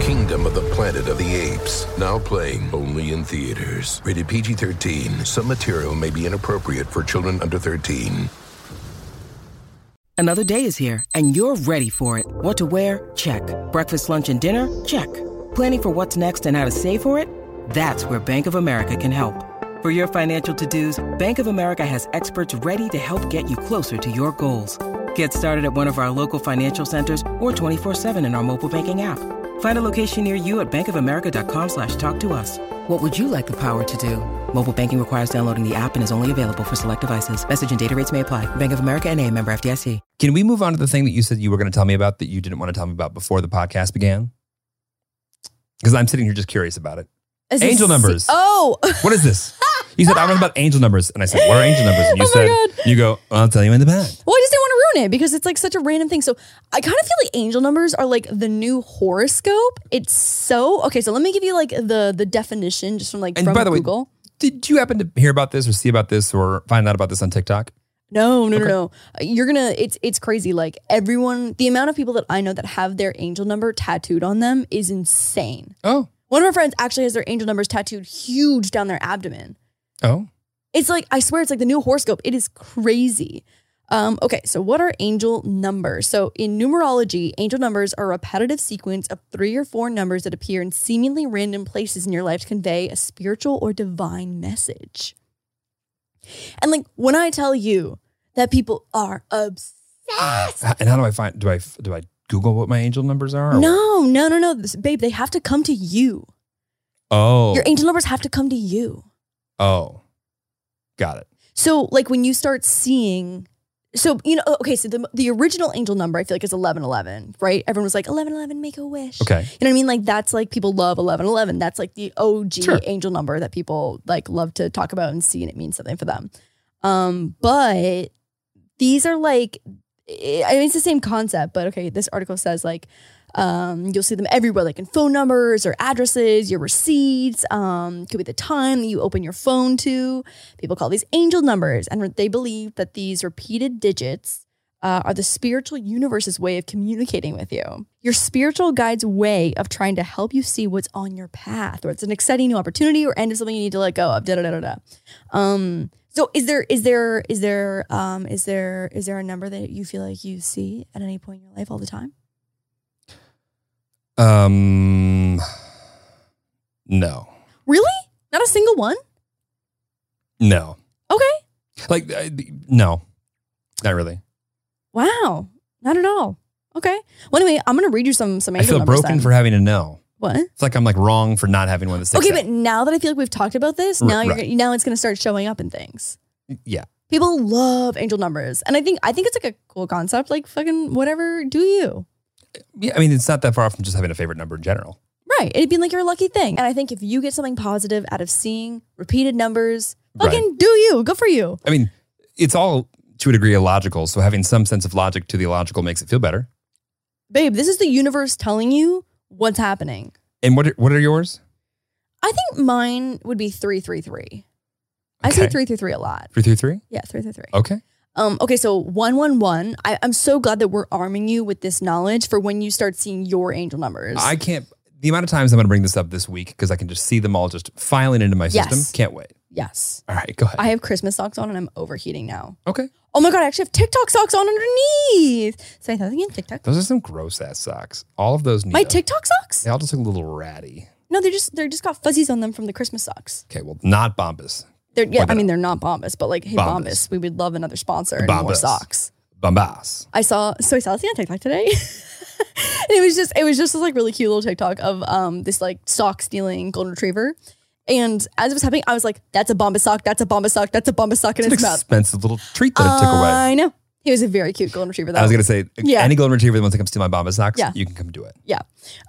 S5: Kingdom of the Planet of the Apes. Now playing only in theaters. Rated PG 13. Some material may be inappropriate for children under 13.
S8: Another day is here, and you're ready for it. What to wear? Check. Breakfast, lunch, and dinner? Check. Planning for what's next and how to save for it? That's where Bank of America can help. For your financial to dos, Bank of America has experts ready to help get you closer to your goals. Get started at one of our local financial centers or 24-7 in our mobile banking app. Find a location near you at bankofamerica.com slash talk to us. What would you like the power to do? Mobile banking requires downloading the app and is only available for select devices. Message and data rates may apply. Bank of America and a member FDIC.
S1: Can we move on to the thing that you said you were going to tell me about that you didn't want to tell me about before the podcast began? Because I'm sitting here just curious about it.
S2: As it
S1: Angel
S2: se-
S1: numbers.
S2: Oh,
S1: What is this? You said I was about angel numbers, and I said, "What are angel numbers?" And you
S2: Oh my
S1: said,
S2: God.
S1: "You go, I'll tell you in the back."
S2: well, I just didn't want to ruin it because it's like such a random thing. So I kind of feel like angel numbers are like the new horoscope. It's so okay. So let me give you like the the definition just from like
S1: And
S2: from
S1: by the way-
S2: Google.
S1: Did you happen to hear about this, or see about this, or find out about this on TikTok?
S2: No, no,
S1: Okay.
S2: no, no. You're gonna. It's it's crazy. Like everyone, the amount of people that I know that have their angel number tattooed on them is insane.
S1: Oh,
S2: One of our friends actually has their angel numbers tattooed huge down their abdomen.
S1: oh,
S2: It's like I swear, it's like the new horoscope. It is crazy. Um, okay, so what are angel numbers? So in numerology, angel numbers are a repetitive sequence of three or four numbers that appear in seemingly random places in your life to convey a spiritual or divine message. And like when I tell you that people are obsessed
S1: And how do I find? Do I do I Google what my angel numbers are? or-
S2: No, no, no, no. This- babe, they have to come to you.
S1: Oh.
S2: Your angel numbers have to come to you.
S1: oh. Got it.
S2: So, like, when you start seeing, so, you know, okay, so the, the original angel number, I feel like, is 1111, right? Everyone was like, 1111, make a wish.
S1: Okay.
S2: You know what I mean? Like, that's like people love 1111. That's like the OG
S1: Sure.
S2: angel number that people like love to talk about and see, and it means something for them. Um, but these are like, I mean, it's the same concept, but okay, this article says like, um, you'll see them everywhere, like in phone numbers or addresses, your receipts. Um, could be the time that you open your phone to. People call these angel numbers, and they believe that these repeated digits uh, are the spiritual universe's way of communicating with you. Your spiritual guide's way of trying to help you see what's on your path, or it's an exciting new opportunity, or end of something you need to let go of. Da da da da da. Um, so is there is there is there um is there is there a number that you feel like you see at any point in your life all the time?
S1: Um. No.
S2: Really? Not a single one?
S1: No.
S2: Okay.
S1: Like I, no. Not really.
S2: Wow. Not at all. Okay. Well, anyway, I'm gonna read you some some.
S1: I
S2: angel
S1: feel
S2: numbers
S1: broken
S2: then.
S1: for having to know.
S2: what?
S1: It's like I'm like wrong for not having one that's
S2: Okay, but now that I feel like we've talked about this,
S1: R-
S2: now you're
S1: right.
S2: gonna now it's gonna start showing up in things.
S1: but yeah.
S2: People love angel numbers, and I think I think it's like a cool concept. Like fucking whatever, do you?
S1: Yeah, I mean it's not that far from just having a favorite number in general.
S2: Right. It'd be like your lucky thing. And I think if you get something positive out of seeing repeated numbers, fucking do you. Good for you.
S1: I mean, it's all to a degree illogical, so having some sense of logic to the illogical makes it feel better.
S2: Babe, this is the universe telling you what's happening.
S1: And what are, what are yours?
S2: I think mine would be 333. I say
S1: Okay. Oh.
S2: 333 a lot.
S1: 333?
S2: Yeah, 333.
S1: Okay.
S2: Um, okay, so 111. I, I'm so glad that we're arming you with this knowledge for when you start seeing your angel numbers.
S1: I can't the amount of times I'm going to bring this up this week because I can just see them all just filing into my
S2: Yes.
S1: system. Can't wait.
S2: yes.
S1: All right, go ahead.
S2: I have Christmas socks on and I'm overheating now.
S1: okay.
S2: Oh my God, I actually have TikTok socks on underneath. Say something in TikTok.
S1: Those are some gross ass socks. All of those need
S2: My
S1: a-
S2: TikTok socks?
S1: They all just look a little ratty.
S2: No, they're just they're just got fuzzies on them from the Christmas socks.
S1: Okay, well, not Bombas.
S2: They're yeah,
S1: Wipe it
S2: I mean
S1: up.
S2: they're not Bombas, but like hey
S1: Bombas.
S2: Bombas, we would love another sponsor and more
S1: Bombas.
S2: socks.
S1: Bombas.
S2: I saw so I saw this on TikTok today. and it was just it was just this like really cute little TikTok of um this like sock stealing golden retriever. And as it was happening, I was like, that's a Bombas sock, that's a Bombas sock, that's a Bombas sock in
S1: It's an
S2: its mouth.
S1: expensive little treat that it took away.
S2: I know. He was a very cute golden retriever though.
S1: I was going to say,
S2: Yeah.
S1: any golden retriever that wants to come steal my Bombas socks,
S2: Yeah.
S1: you can come do it.
S2: yeah.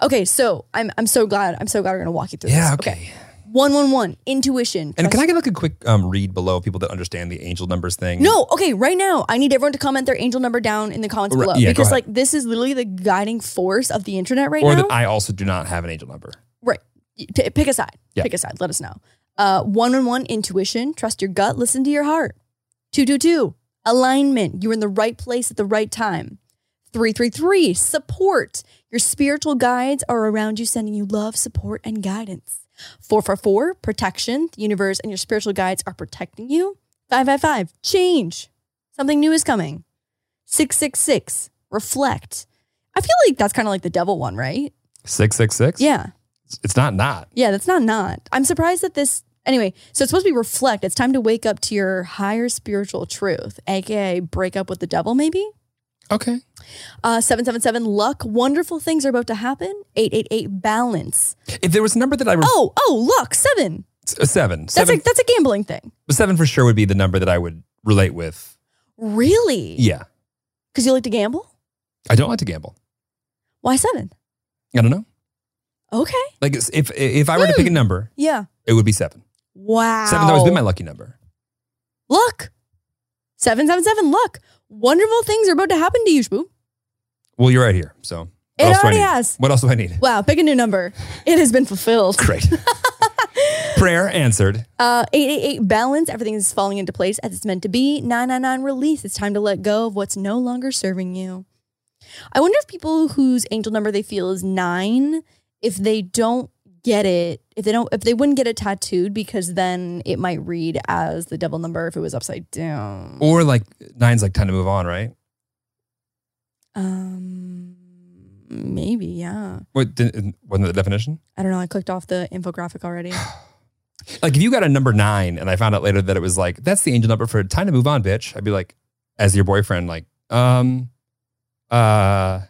S2: Okay, so I'm I'm so glad. I'm so glad we're gonna walk you through
S1: Yeah,
S2: this.
S1: okay.
S2: One one one, intuition.
S1: And
S2: trust-
S1: can I get like a quick um, read below people that understand the angel numbers thing?
S2: No, okay, right now I need everyone to comment their angel number down in the comments
S1: Right,
S2: below
S1: yeah, go
S2: because
S1: ahead.
S2: like this is literally the guiding force of the internet right
S1: or
S2: now.
S1: that I also do not have an angel number.
S2: right. P- pick a side.
S1: Yeah.
S2: Pick a side. Let us know. Uh, one on one intuition, trust your gut, listen to your heart. 222 alignment, you're in the right place at the right time. 333 support, your spiritual guides are around you sending you love, support and guidance. 444 protection, the universe and your spiritual guides are protecting you. 555 change. Something new is coming. 666 reflect. I feel like that's kind of like the devil one, right?
S1: 666?
S2: Yeah.
S1: It's- It's not not.
S2: Yeah, that's not not. I'm surprised that this. Anyway, so it's supposed to be reflect. It's time to wake up to your higher spiritual truth, aka break up with the devil, maybe.
S1: Okay.
S2: Uh, seven seven seven luck. Wonderful things are about to happen. Eight eight eight balance.
S1: If there was a number that I would,
S2: Oh oh luck seven.
S1: s- uh, seven.
S2: That's
S1: Seven,
S2: a that's a gambling thing.
S1: seven for sure would be the number that I would relate with.
S2: Really?
S1: Yeah.
S2: Because you like to gamble.
S1: I don't like to gamble.
S2: Why seven?
S1: I don't know.
S2: Okay.
S1: Like it's- if if I were to pick a
S2: Hmm.
S1: number,
S2: Yeah.
S1: it would be seven.
S2: Wow.
S1: Seven's always been my lucky number.
S2: luck. Seven seven seven luck. Wonderful things are about to happen to you, Shboo.
S1: Well, you're right here. So
S2: It
S1: what else do I
S2: already
S1: need?
S2: has.
S1: What else do I need?
S2: Wow, pick a new number. It has been fulfilled.
S1: Great. Prayer answered.
S2: Uh, 888 balance. Everything is falling into place as it's meant to be. 999 release. It's time to let go of what's no longer serving you. I wonder if people whose angel number they feel is nine, if they don't get it, if they don't if they wouldn't get it tattooed because then it might read as the devil number if it was upside down.
S1: Or like nine's like time to move on, right?
S2: Um maybe, yeah.
S1: What didn't, wasn't that the definition?
S2: I don't know. I clicked off the infographic already.
S1: Like if you got a number nine and I found out later that it was like, that's the angel number for time to move on, bitch. I'd be like, as your boyfriend, like, um, uh,
S2: uh,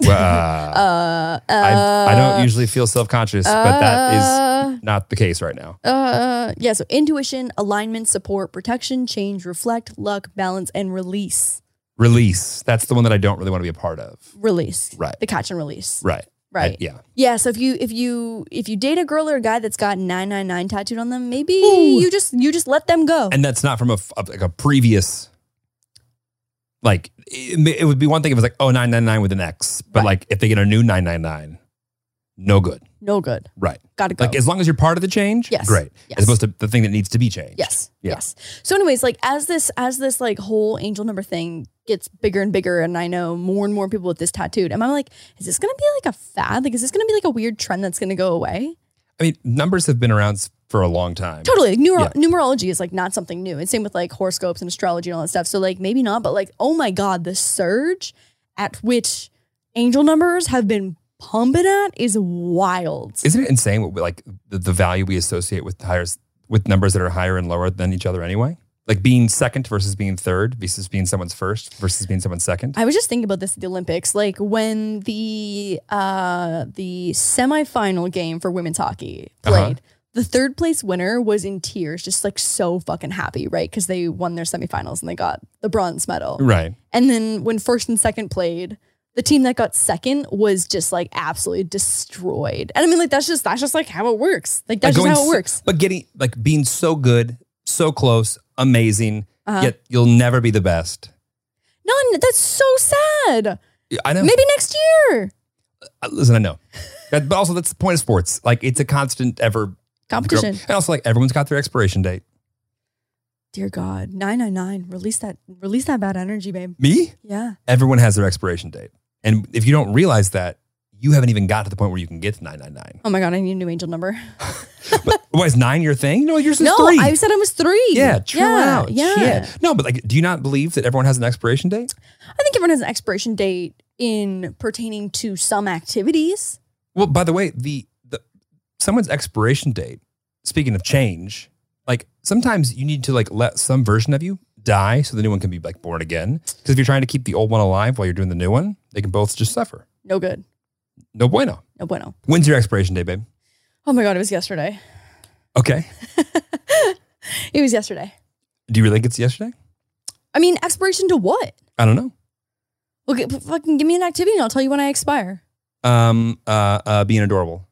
S1: well,
S2: uh,
S1: I, I don't usually feel self conscious, but that is not the case right now.
S2: Uh, yeah, so intuition, alignment, support, protection, change, reflect, luck, balance, and release.
S1: Release. That's the one that I don't really want to be a part of.
S2: Release.
S1: Right.
S2: The catch and release.
S1: Right. I-
S2: Right.
S1: yeah.
S2: Yeah. So if you if you if you date a girl or a guy that's got nine nine nine tattooed on them, maybe
S1: Ooh.
S2: you just you just let them go.
S1: And that's not from a, f- a- like a previous, like, it, ma- it would be one thing if it was like, oh, 999 with an X, but
S2: Right.
S1: like if they get a new 999, no good.
S2: no good.
S1: Right.
S2: Gotta go.
S1: Like as long as you're part of the change,
S2: Yes.
S1: great.
S2: Yes.
S1: As opposed to the thing that needs to be changed.
S2: Yes.
S1: Yeah.
S2: Yes. So, anyways, like as this as this like whole angel number thing gets bigger and bigger, and I know more and more people with this tattooed, am I like, is this gonna be like a fad? Like, is this gonna be like a weird trend that's gonna go away?
S1: I mean, numbers have been around s- for a long time.
S2: Totally. Like, neuro-
S1: Yeah.
S2: Numerology is like not something new. And same with like horoscopes and astrology and all that stuff. So like maybe not, but like oh my god, the surge at which angel numbers have been pumping at is wild.
S1: Isn't it insane what we- like the, the value we associate with higher s- with numbers that are higher and lower than each other anyway? Like being second versus being third versus being someone's first versus being someone's second.
S2: I was just thinking about this at the Olympics, like when the uh the semifinal game for women's hockey
S1: Uh-huh.
S2: played. The third place winner was in tears, just like so fucking happy, right? Because they won their semifinals and they got the bronze medal.
S1: right.
S2: And then when first and second played, the team that got second was just like absolutely destroyed. And I mean, like that's just that's just like how it works. Like that's
S1: Like, going
S2: just how it
S1: s-
S2: works.
S1: But getting like being so good, so close, amazing,
S2: Uh-huh.
S1: yet you'll never be the best.
S2: None. That's so sad.
S1: I know.
S2: Maybe next year.
S1: Uh, Listen, I know. That, but also that's the point of sports. Like it's a constant ever
S2: Competition.
S1: And also like everyone's got their expiration date.
S2: Dear God, nine nine nine. Release that. Release that bad energy, babe.
S1: Me?
S2: Yeah.
S1: Everyone has their expiration date. And if you don't realize that, you haven't even got to the point where you can get to 999.
S2: Oh my God, I need a new angel number.
S1: But why is nine your thing? No, yours is
S2: no,
S1: three.
S2: I said I was three.
S1: yeah, chill
S2: yeah,
S1: out.
S2: Yeah.
S1: Shit. No, but like, do you not believe that everyone has an expiration date?
S2: I think everyone has an expiration date in pertaining to some activities.
S1: Well, by the way, the, the someone's expiration date, speaking of change, like sometimes you need to like let some version of you die so the new one can be like born again. Because if you're trying to keep the old one alive while you're doing the new one, they can both just suffer.
S2: No good.
S1: No bueno.
S2: No bueno.
S1: When's your expiration date, babe?
S2: Oh my God, it was yesterday.
S1: Okay.
S2: It was yesterday.
S1: Do you really think it's yesterday?
S2: I mean, expiration to what?
S1: I don't know.
S2: Okay, p- fucking give me an activity and I'll tell you when I expire.
S1: Um, uh, uh, being adorable.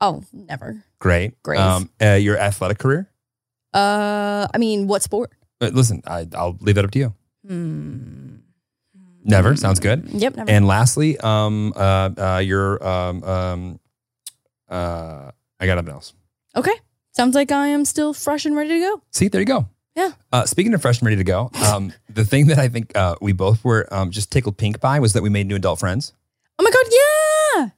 S2: Oh, never.
S1: Great.
S2: Great.
S1: Um, uh, your athletic career.
S2: Uh, I mean, what sport?
S1: But listen, I, I'll leave that up to you.
S2: Hmm.
S1: Never sounds good.
S2: Yep, Mm-hmm. never.
S1: And lastly, um, uh, uh, your um, um, uh, I got nothing else.
S2: okay, sounds like I am still fresh and ready to go.
S1: See, there you go.
S2: Yeah.
S1: Uh, speaking of fresh and ready to go, um, the thing that I think uh, we both were um, just tickled pink by was that we made new adult friends.
S2: Oh my god, yeah,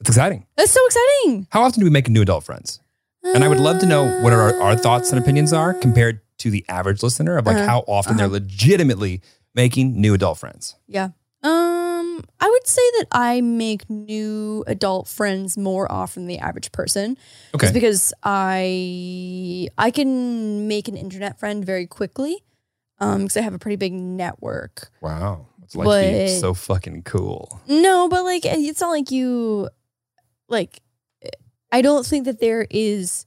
S1: It's exciting.
S2: that's so exciting.
S1: How often do we make new adult friends? And I would love to know what our, our thoughts and opinions are compared to the average listener of like
S2: Uh-huh.
S1: how often they're legitimately making new adult friends.
S2: Yeah. Um, I would say that I make new adult friends more often than the average person.
S1: Okay.
S2: It's because I I can make an internet friend very quickly. Um, because I have a pretty big network.
S1: wow. It's like being
S2: But-
S1: so fucking cool.
S2: No, but like eh, it's not like you like I don't think that there is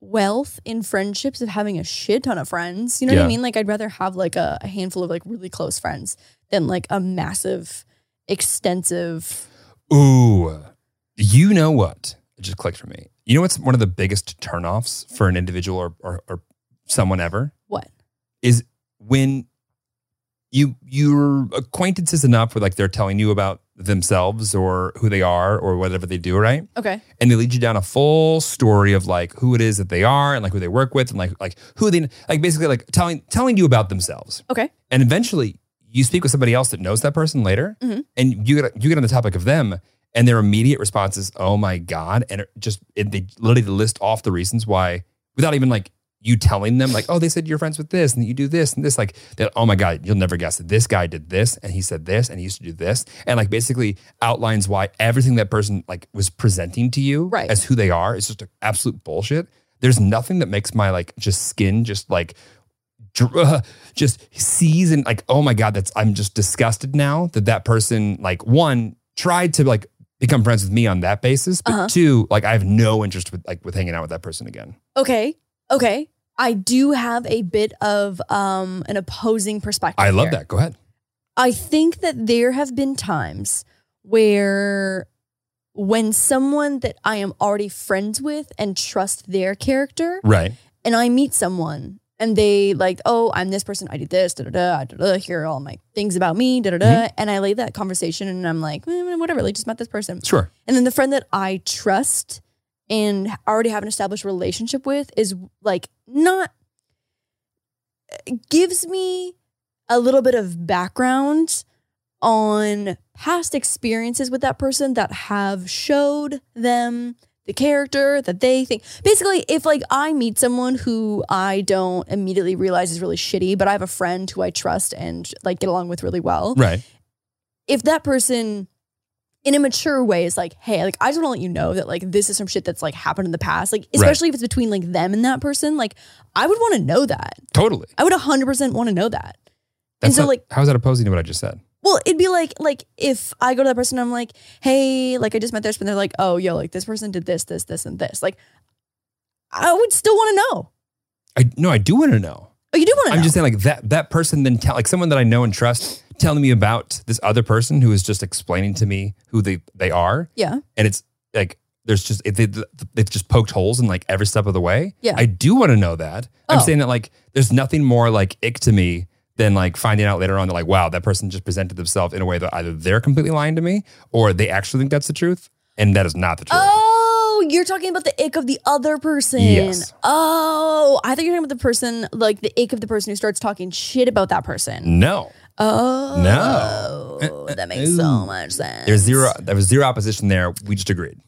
S2: wealth in friendships of having a shit ton of friends. You know what
S1: Yeah.
S2: I mean? Like I'd rather have like a, a handful of like really close friends than like a massive extensive
S1: Ooh. You know what? It just clicked for me. You know what's one of the biggest turnoffs for an individual or, or, or someone ever?
S2: what?
S1: Is when you your acquaintance is enough where like they're telling you about themselves or who they are or whatever they do, right?
S2: Okay.
S1: and they lead you down a full story of like who it is that they are and like who they work with and like like who they like basically like telling telling you about themselves.
S2: Okay.
S1: And eventually you speak with somebody else that knows that person later
S2: Mhm.
S1: and you get you get on the topic of them And their immediate response is, "Oh my god!" And it just it, they literally list off the reasons why, without even like you telling them, like, "Oh, they said you're friends with this, and you do this and this." Like, that, "Oh my god, you'll never guess that this guy did this, and he said this, and he used to do this," and like basically outlines why everything that person like was presenting to you
S2: Right.
S1: as who they are is just absolute bullshit. There's nothing that makes my like just skin just like dr- uh, just sees and like, oh my god, that's I'm just disgusted now that that person like one tried to like become friends with me on that basis, but
S2: Uh-huh.
S1: two like I have no interest with like with hanging out with that person again.
S2: Okay. Okay. I do have a bit of um, an opposing perspective.
S1: I love
S2: here.
S1: that. Go ahead.
S2: I think that there have been times where when someone that I am already friends with and trust their character,
S1: Right.
S2: and I meet someone and they like, oh, I'm this person, I do this, da da da, da da. Here are all my things about me, da da da. And I leave that conversation, and I'm like, eh, whatever, like just met this person.
S1: Sure.
S2: And then the friend that I trust and already have an established relationship with is like not gives me a little bit of background on past experiences with that person that have showed them the character that they think. Basically, if like I meet someone who I don't immediately realize is really shitty, but I have a friend who I trust and like get along with really well,
S1: Right.
S2: if that person in a mature way is like, hey, like I just want to let you know that like this is some shit that's like happened in the past. Like, especially if it's between like them and that person, like I would want to know that.
S1: Totally.
S2: I would hundred percent want to know that.
S1: That's
S2: and so
S1: not-
S2: like
S1: how is that opposing to what I just said?
S2: well, it'd be like like if I go to that person, I'm like, hey, like I just met this, but they're like, oh yo, like this person did this, this, this, and this. Like I would still want to know.
S1: I no, I do want to know.
S2: Oh, you do want to know.
S1: I'm just saying like that that person then tell like someone that I know and trust telling me about this other person who is just explaining to me who they they are.
S2: yeah.
S1: and it's like there's just they, they've just poked holes in like every step of the way.
S2: Yeah.
S1: I do want to know that. I'm
S2: Oh.
S1: saying that like there's nothing more like ick to me than like finding out later on that like wow that person just presented themselves in a way that either they're completely lying to me or they actually think that's the truth and that is not the truth.
S2: Oh, you're talking about the ick of the other person.
S1: Yes.
S2: Oh, I thought you were talking about the person, like the ick of the person who starts talking shit about that person.
S1: No,
S2: Oh,
S1: No. Uh, uh,
S2: that makes
S1: ooh.
S2: so much sense.
S1: there's zero. There was zero opposition there. We just agreed.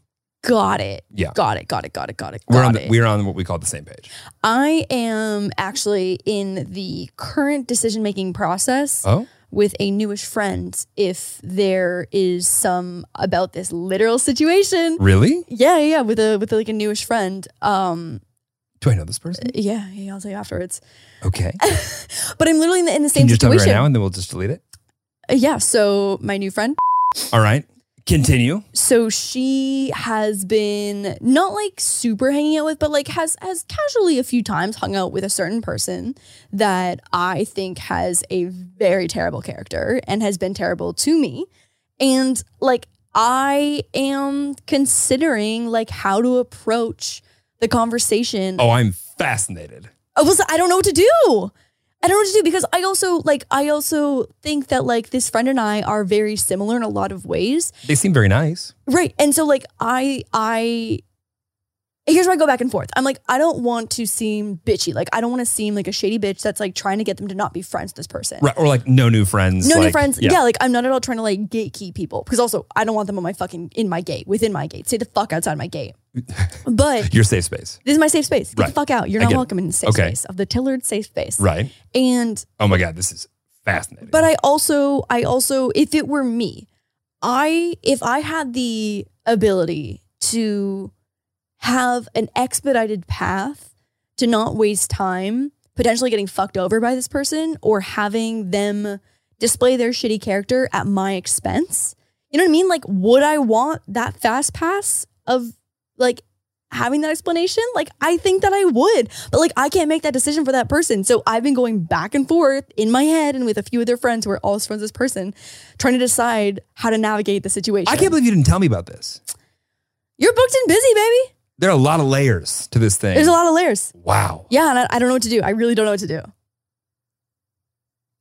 S2: Got it.
S1: Yeah.
S2: Got it. Got it. Got it. Got it. Got
S1: We're on.
S2: it.
S1: The, we're on what we call the same page.
S2: I am actually in the current decision making process
S1: Oh,
S2: with a newish friend if there is some about this literal situation.
S1: really?
S2: Yeah, yeah, yeah, with a with like a newish friend. Um,
S1: Do I know this person?
S2: yeah, yeah, I'll tell you afterwards.
S1: Okay.
S2: But I'm literally in the, in the
S1: Can
S2: same
S1: you just tell me right
S2: situation.
S1: now, and then we'll just delete it.
S2: Uh, yeah, so my new friend.
S1: All right. Continue.
S2: So she has been not like super hanging out with, but like has has casually a few times hung out with a certain person that I think has a very terrible character and has been terrible to me. And like I am considering like how to approach the conversation
S1: Oh, I'm fascinated.
S2: I was I don't know what to do. I don't know what to do because I also like I also think that like this friend and I are very similar in a lot of ways.
S1: They seem very nice.
S2: Right. And so like I I here's where I go back and forth. I'm like, I don't want to seem bitchy. Like I don't want to seem like a shady bitch that's like trying to get them to not be friends with this person.
S1: Right. Or like no new friends.
S2: No new
S1: like-
S2: friends. Yeah. like I'm not at all trying to like gatekeep people because also I don't want them on my fucking in my gate, within my gate. Stay the fuck outside my gate. But
S1: Your safe space.
S2: this is my safe space. Get
S1: Right.
S2: the fuck out. You're
S1: I
S2: not
S1: get it.
S2: welcome in the safe
S1: Okay.
S2: space of the Tillard safe space.
S1: Right.
S2: And
S1: Oh my God. This is fascinating.
S2: But I also, I also, if it were me, I, if I had the ability to have an expedited path to not waste time potentially getting fucked over by this person or having them display their shitty character at my expense, you know what I mean? Like, would I want that fast pass of like, Having that explanation, like I think that I would, but like I can't make that decision for that person. So I've been going back and forth in my head and with a few of their friends who are also friends with this person, trying to decide how to navigate the situation.
S1: I can't believe you didn't tell me about this.
S2: You're booked and busy, baby.
S1: There are a lot of layers to this thing.
S2: There's a lot of layers.
S1: Wow.
S2: Yeah, and I, I don't know what to do. I really don't know what to do.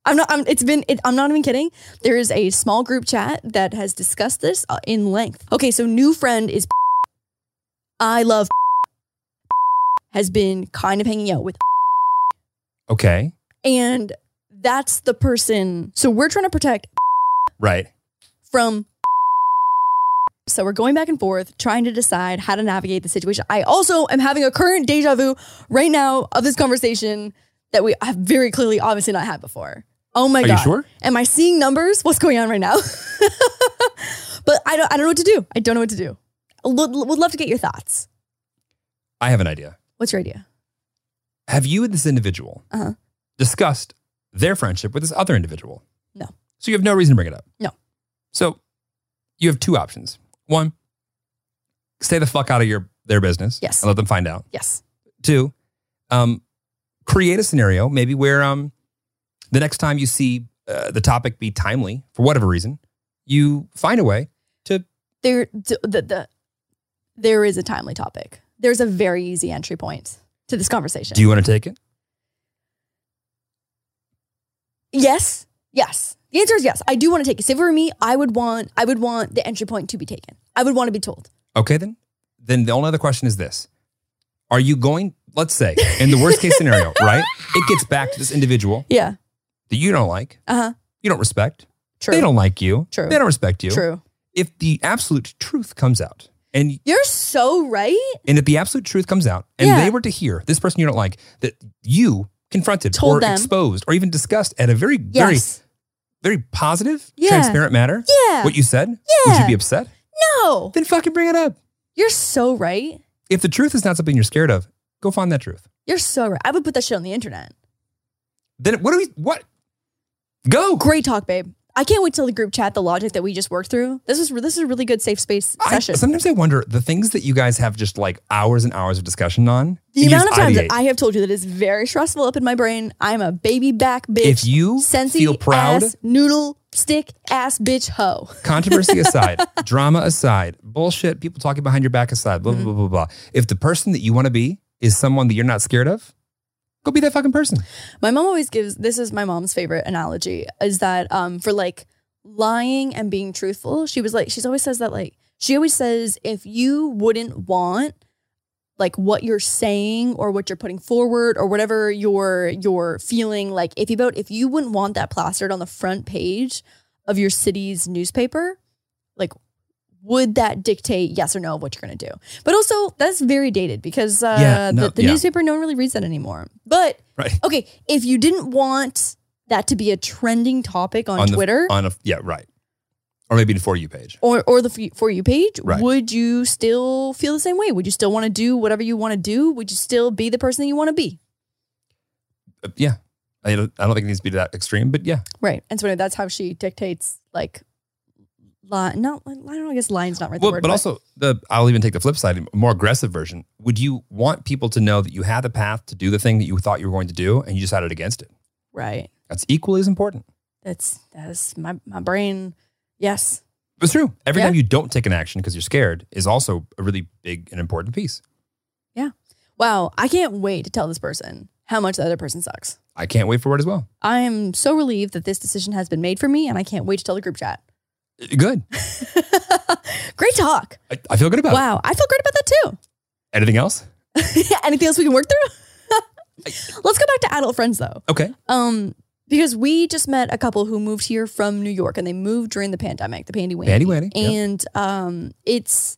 S2: I'm not. I'm, it's been. It, I'm not even kidding. There is a small group chat that has discussed this uh, in length. Okay, so new friend is. I love. Has been kind of hanging out with,
S1: Okay.
S2: and that's the person. So we're trying to protect
S1: Right.
S2: from So we're going back and forth trying to decide how to navigate the situation. I also am having a current deja vu right now of this conversation that we have very clearly obviously not had before. Oh my
S1: Are you
S2: god.
S1: sure?
S2: Am I seeing numbers? What's going on right now? but I don't I don't know what to do. I don't know what to do. Would, would love to get your thoughts.
S1: I have an idea.
S2: What's your idea?
S1: Have you and this individual
S2: Uh-huh.
S1: discussed their friendship with this other individual?
S2: No.
S1: So you have no reason to bring it up?
S2: No.
S1: So you have two options. One, stay the fuck out of your their business.
S2: Yes.
S1: And let them find out.
S2: Yes.
S1: Two, um, create a scenario maybe where um, the next time you see uh, the topic be timely for whatever reason, you find a way to
S2: There d- the, the there is a timely topic. There's a very easy entry point to this conversation.
S1: Do you want to take it?
S2: Yes. Yes. The answer is yes. I do want to take it. Say if it were me, I would want I would want the entry point to be taken. I would want to be told.
S1: Okay, then. Then the only other question is this: Are you going? Let's say, in the worst case scenario, right? It gets back to this individual
S2: Yeah.
S1: that you don't like,
S2: Uh huh.
S1: you don't respect.
S2: True.
S1: They don't like you.
S2: True.
S1: They don't respect you.
S2: True.
S1: If the absolute truth comes out, and
S2: You're so right.
S1: and if the absolute truth comes out, and
S2: Yeah.
S1: they were to hear this person you don't like that you confronted
S2: Told
S1: or
S2: them.
S1: exposed or even discussed at a very
S2: Yes.
S1: very very positive,
S2: Yeah.
S1: transparent matter,
S2: yeah.
S1: what you said, would you
S2: Yeah.
S1: be upset?
S2: no.
S1: Then fucking bring it up.
S2: You're so right.
S1: If the truth is not something you're scared of, go find that truth.
S2: You're so right. I would put that shit on the internet.
S1: Then what do we what? Go.
S2: Great talk, babe. I can't wait till the group chat. The logic that we just worked through. This is this is a really good safe space
S1: I-
S2: session.
S1: sometimes I wonder the things that you guys have just like hours and hours of discussion on.
S2: the
S1: you
S2: amount of
S1: just
S2: times
S1: ideate.
S2: that I have told you that is very stressful up in my brain. I'm a baby back bitch.
S1: If you
S2: Sensi
S1: feel proud,
S2: ass, noodle stick ass bitch hoe.
S1: controversy aside, drama aside, bullshit, people talking behind your back aside, blah blah
S2: Mm-hmm.
S1: blah blah blah. If the person that you want to be is someone that you're not scared of, go be that fucking person.
S2: My mom always gives this is my mom's favorite analogy is that um for like lying and being truthful, she was like she's always says that like she always says if you wouldn't want like what you're saying or what you're putting forward or whatever you're you're feeling like iffy about, if you wouldn't want that plastered on the front page of your city's newspaper, like would that dictate yes or no of what you're going to do? But also, that's very dated because uh,
S1: Yeah, no,
S2: the, the
S1: yeah.
S2: newspaper no one really reads that anymore. But
S1: Right.
S2: Okay, if you didn't want that to be a trending topic on,
S1: the-
S2: Twitter
S1: on a yeah, right. Or maybe the for you page.
S2: or or the f- for you page,
S1: Right.
S2: would you still feel the same way? Would you still want to do whatever you want to do? Would you still be the person that you want to be?
S1: Uh, yeah. I don't, I don't think it needs to be that extreme, but yeah.
S2: Right. And so that's how she dictates like li- no, I don't know, I guess line's not right
S1: Well,
S2: the word.
S1: but, also the I'll even take the flip side, a more aggressive version. Would you want people to know that you had the path to do the thing that you thought you were going to do and you decided against it?
S2: right.
S1: That's equally as important.
S2: That's that's my my brain. Yes.
S1: It's true. Every
S2: Yeah.
S1: time you don't take an action because you're scared is also a really big and important piece.
S2: Wow, I can't wait to tell this person how much the other person sucks.
S1: I can't wait for it as well.
S2: I am so relieved that this decision has been made for me and I can't wait to tell the group chat.
S1: Good.
S2: Great talk.
S1: I, I feel good about it.
S2: Wow, I feel great about that
S1: Anything else?
S2: too. Anything else we can work through? Let's go back to adult friends though.
S1: Okay.
S2: Um, because we just met a couple who moved here from New York and they moved during the pandemic, the Pandy Wandy.
S1: Pandy Wandy, yeah.
S2: And um it's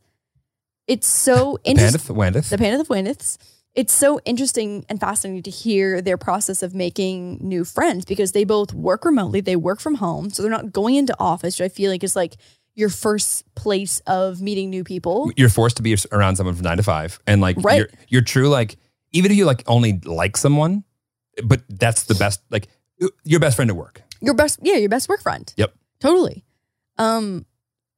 S2: it's so
S1: Panda
S2: interesting.
S1: Wandith.
S2: The Panda the Wandiths. It's so interesting and fascinating to hear their process of making new friends because they both work remotely. They work from home. So they're not going into office, which I feel like is like your first place of meeting new people.
S1: You're forced to be around someone from nine to five. And like,
S2: Right.
S1: you're, you're true. Like, even if you like only like someone, but that's the best, like your best friend at work.
S2: your best yeah your best work friend
S1: Yep.
S2: totally um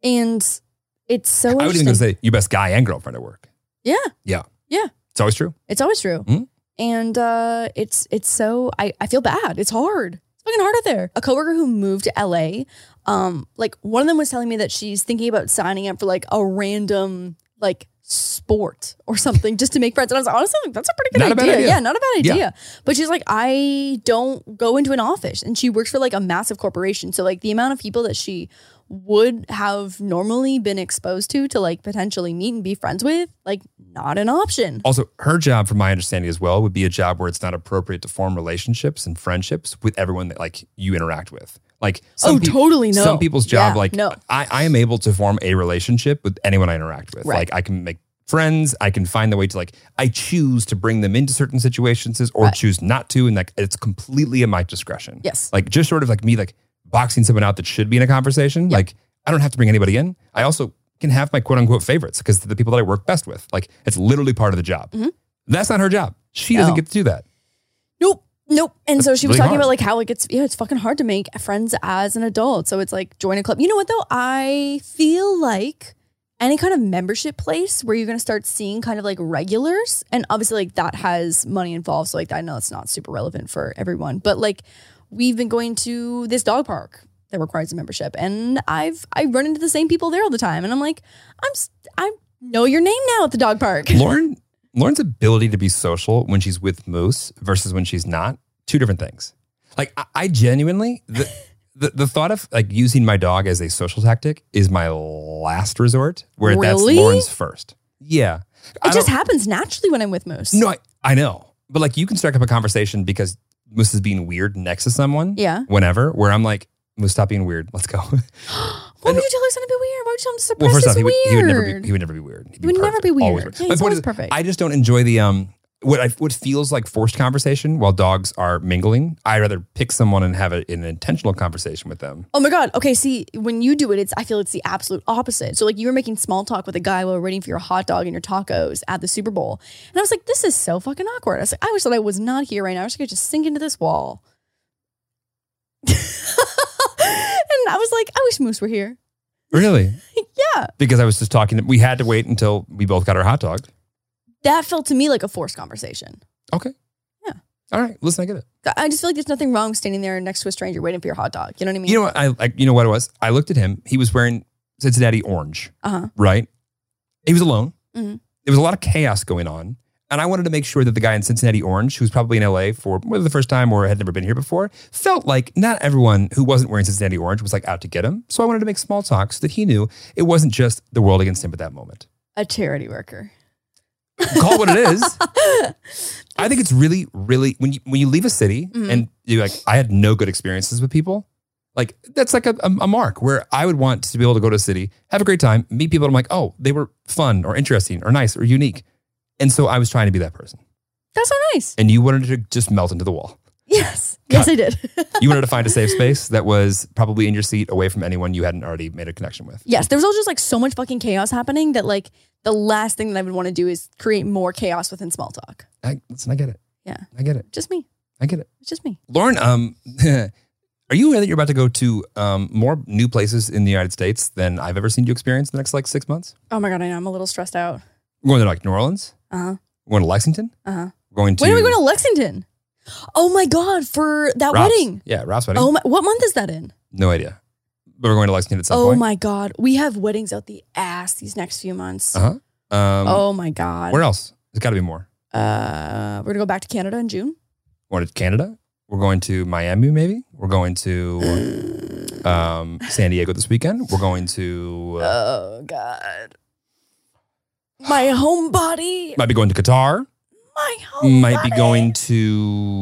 S2: and it's so
S1: I would
S2: interesting
S1: even go say your best guy and girlfriend at work.
S2: yeah
S1: Yeah.
S2: Yeah.
S1: It's always true.
S2: it's always true
S1: Mhm.
S2: and uh it's it's so I, I feel bad it's hard it's fucking hard out there a coworker who moved to la um like one of them was telling me that she's thinking about signing up for like a random like sport or something just to make friends and i was like honestly like, that's a pretty good
S1: Not a bad
S2: idea.
S1: idea.
S2: yeah not a bad
S1: Yeah.
S2: idea but she's like i don't go into an office and she works for like a massive corporation so like the amount of people that she would have normally been exposed to to like potentially meet and be friends with, like not an option.
S1: Also, her job, from my understanding as well, would be a job where it's not appropriate to form relationships and friendships with everyone that like you interact with. Like,
S2: Oh, totally, no.
S1: Some people's job,
S2: Yeah,
S1: like,
S2: no.
S1: I, I am able to form a relationship with anyone I interact with.
S2: Right.
S1: Like, I can make friends. I can find the way to like, I choose to bring them into certain situations or
S2: Right.
S1: choose not to, and like, it's completely at my discretion.
S2: Yes.
S1: Like, just sort of like me, like boxing someone out that should be in a conversation. Like, I don't have to bring anybody in. I also can have my quote unquote favorites because the people that I work best with. Like, it's literally part of the job. That's not her job. She doesn't
S2: Mm-hmm. No.
S1: get to do that.
S2: Nope. Nope. And so
S1: That's
S2: she was
S1: really
S2: talking
S1: hard.
S2: about like how like it's yeah, it's fucking hard to make friends as an adult. So it's like join a club. You know what though? I feel like any kind of membership place where you're gonna start seeing kind of like regulars, and obviously like that has money involved. So like I know it's not super relevant for everyone, but like we've been going to this dog park that requires a membership, and I've I run into the same people there all the time, and I'm like I'm st- I know your name now at the dog park.
S1: Lauren, Lauren's ability to be social when she's with Moose versus when she's not, two different things. Like, I, I genuinely, the, the, the thought of like using my dog as a social tactic is my last resort, where that's
S2: Really?
S1: Lauren's first. Yeah. I
S2: It just
S1: don't-
S2: happens naturally when I'm with Moose.
S1: No, I, I know. But like you can strike up a conversation because Moose is being weird next to someone.
S2: Yeah.
S1: Whenever, where I'm like, Moose, stop being weird. Let's go.
S2: Why
S1: And-
S2: would you tell her something to be weird? Why would you tell him to suppress
S1: well, first
S2: his
S1: off, he would,
S2: weird?
S1: he would never be he would never be weird. He'd
S2: He would never
S1: perfect,
S2: be weird.
S1: Always
S2: Yeah, he's
S1: My point
S2: always
S1: is,
S2: perfect.
S1: I just don't enjoy the um what I what feels like forced conversation while dogs are mingling. I rather pick someone and have a, an intentional conversation with them.
S2: Oh my god. Okay, see, when you do it, it's I feel it's the absolute opposite. So like you were making small talk with a guy while waiting for your hot dog and your tacos at the Super Bowl. And I was like, this is so fucking awkward. I was like, I wish that I was not here right now. I wish I could just sink into this wall. and I was like, I wish Moose were here.
S1: Really?
S2: Yeah.
S1: Because I was just talking. To, we had to wait until we both got our hot dog.
S2: That felt to me like a forced conversation.
S1: Okay.
S2: Yeah.
S1: All right. Listen, I get it.
S2: I just feel like there's nothing wrong standing there next to a stranger waiting for your hot dog. You know what I mean?
S1: You know what? I like. You know what it was? I looked at him. He was wearing Cincinnati orange.
S2: uh-huh.
S1: right? He was alone.
S2: Mhm.
S1: There was a lot of chaos going on. And I wanted to make sure that the guy in Cincinnati Orange, who was probably in LA for whether the first time or had never been here before, felt like not everyone who wasn't wearing Cincinnati Orange was like out to get him. So I wanted to make small talk so that he knew it wasn't just the world against him at that moment.
S2: A charity worker.
S1: Call it what it is. I think it's really, really when you when you leave a city
S2: Mhm.
S1: and you like, I had no good experiences with people. Like that's like a, a, a mark where I would want to be able to go to a city, have a great time, meet people. I'm like, oh, they were fun or interesting or nice or unique, and so I was trying to be that person.
S2: That's so nice.
S1: And you wanted to just melt into the wall.
S2: Yes. Yes, I did.
S1: You wanted to find a safe space that was probably in your seat, away from anyone you hadn't already made a connection with.
S2: yes, there was also just like so much fucking chaos happening that like the last thing that I would want to do is create more chaos within small talk.
S1: I, listen, I get it.
S2: Yeah.
S1: I get it.
S2: Just me.
S1: I get it.
S2: It's just me.
S1: Lauren, um, are you aware that you're about to go to um, more new places in the United States than I've ever seen you experience in the next like six months?
S2: Oh my god, I know. I'm a little stressed out.
S1: We're going to like New Orleans.
S2: Uh huh.
S1: We're going to Lexington.
S2: Uh huh.
S1: We're going to.
S2: When are we going to Lexington? Oh my god, for that
S1: Ralph's.
S2: wedding.
S1: Yeah, Ralph's wedding.
S2: Oh my, what month is that in?
S1: no idea. But we're going to Lexington at some
S2: Oh
S1: point.
S2: my god, we have weddings out the ass these next few months.
S1: Uh huh. Um,
S2: oh my god.
S1: Where else? There's got to be more.
S2: Uh, we're gonna go back to Canada in June.
S1: We're going to Canada. We're going to Miami, maybe. We're going to um, San Diego this weekend. We're going to. Uh,
S2: Oh god, my home body.
S1: might be going to Qatar.
S2: My home.
S1: Might be
S2: body.
S1: going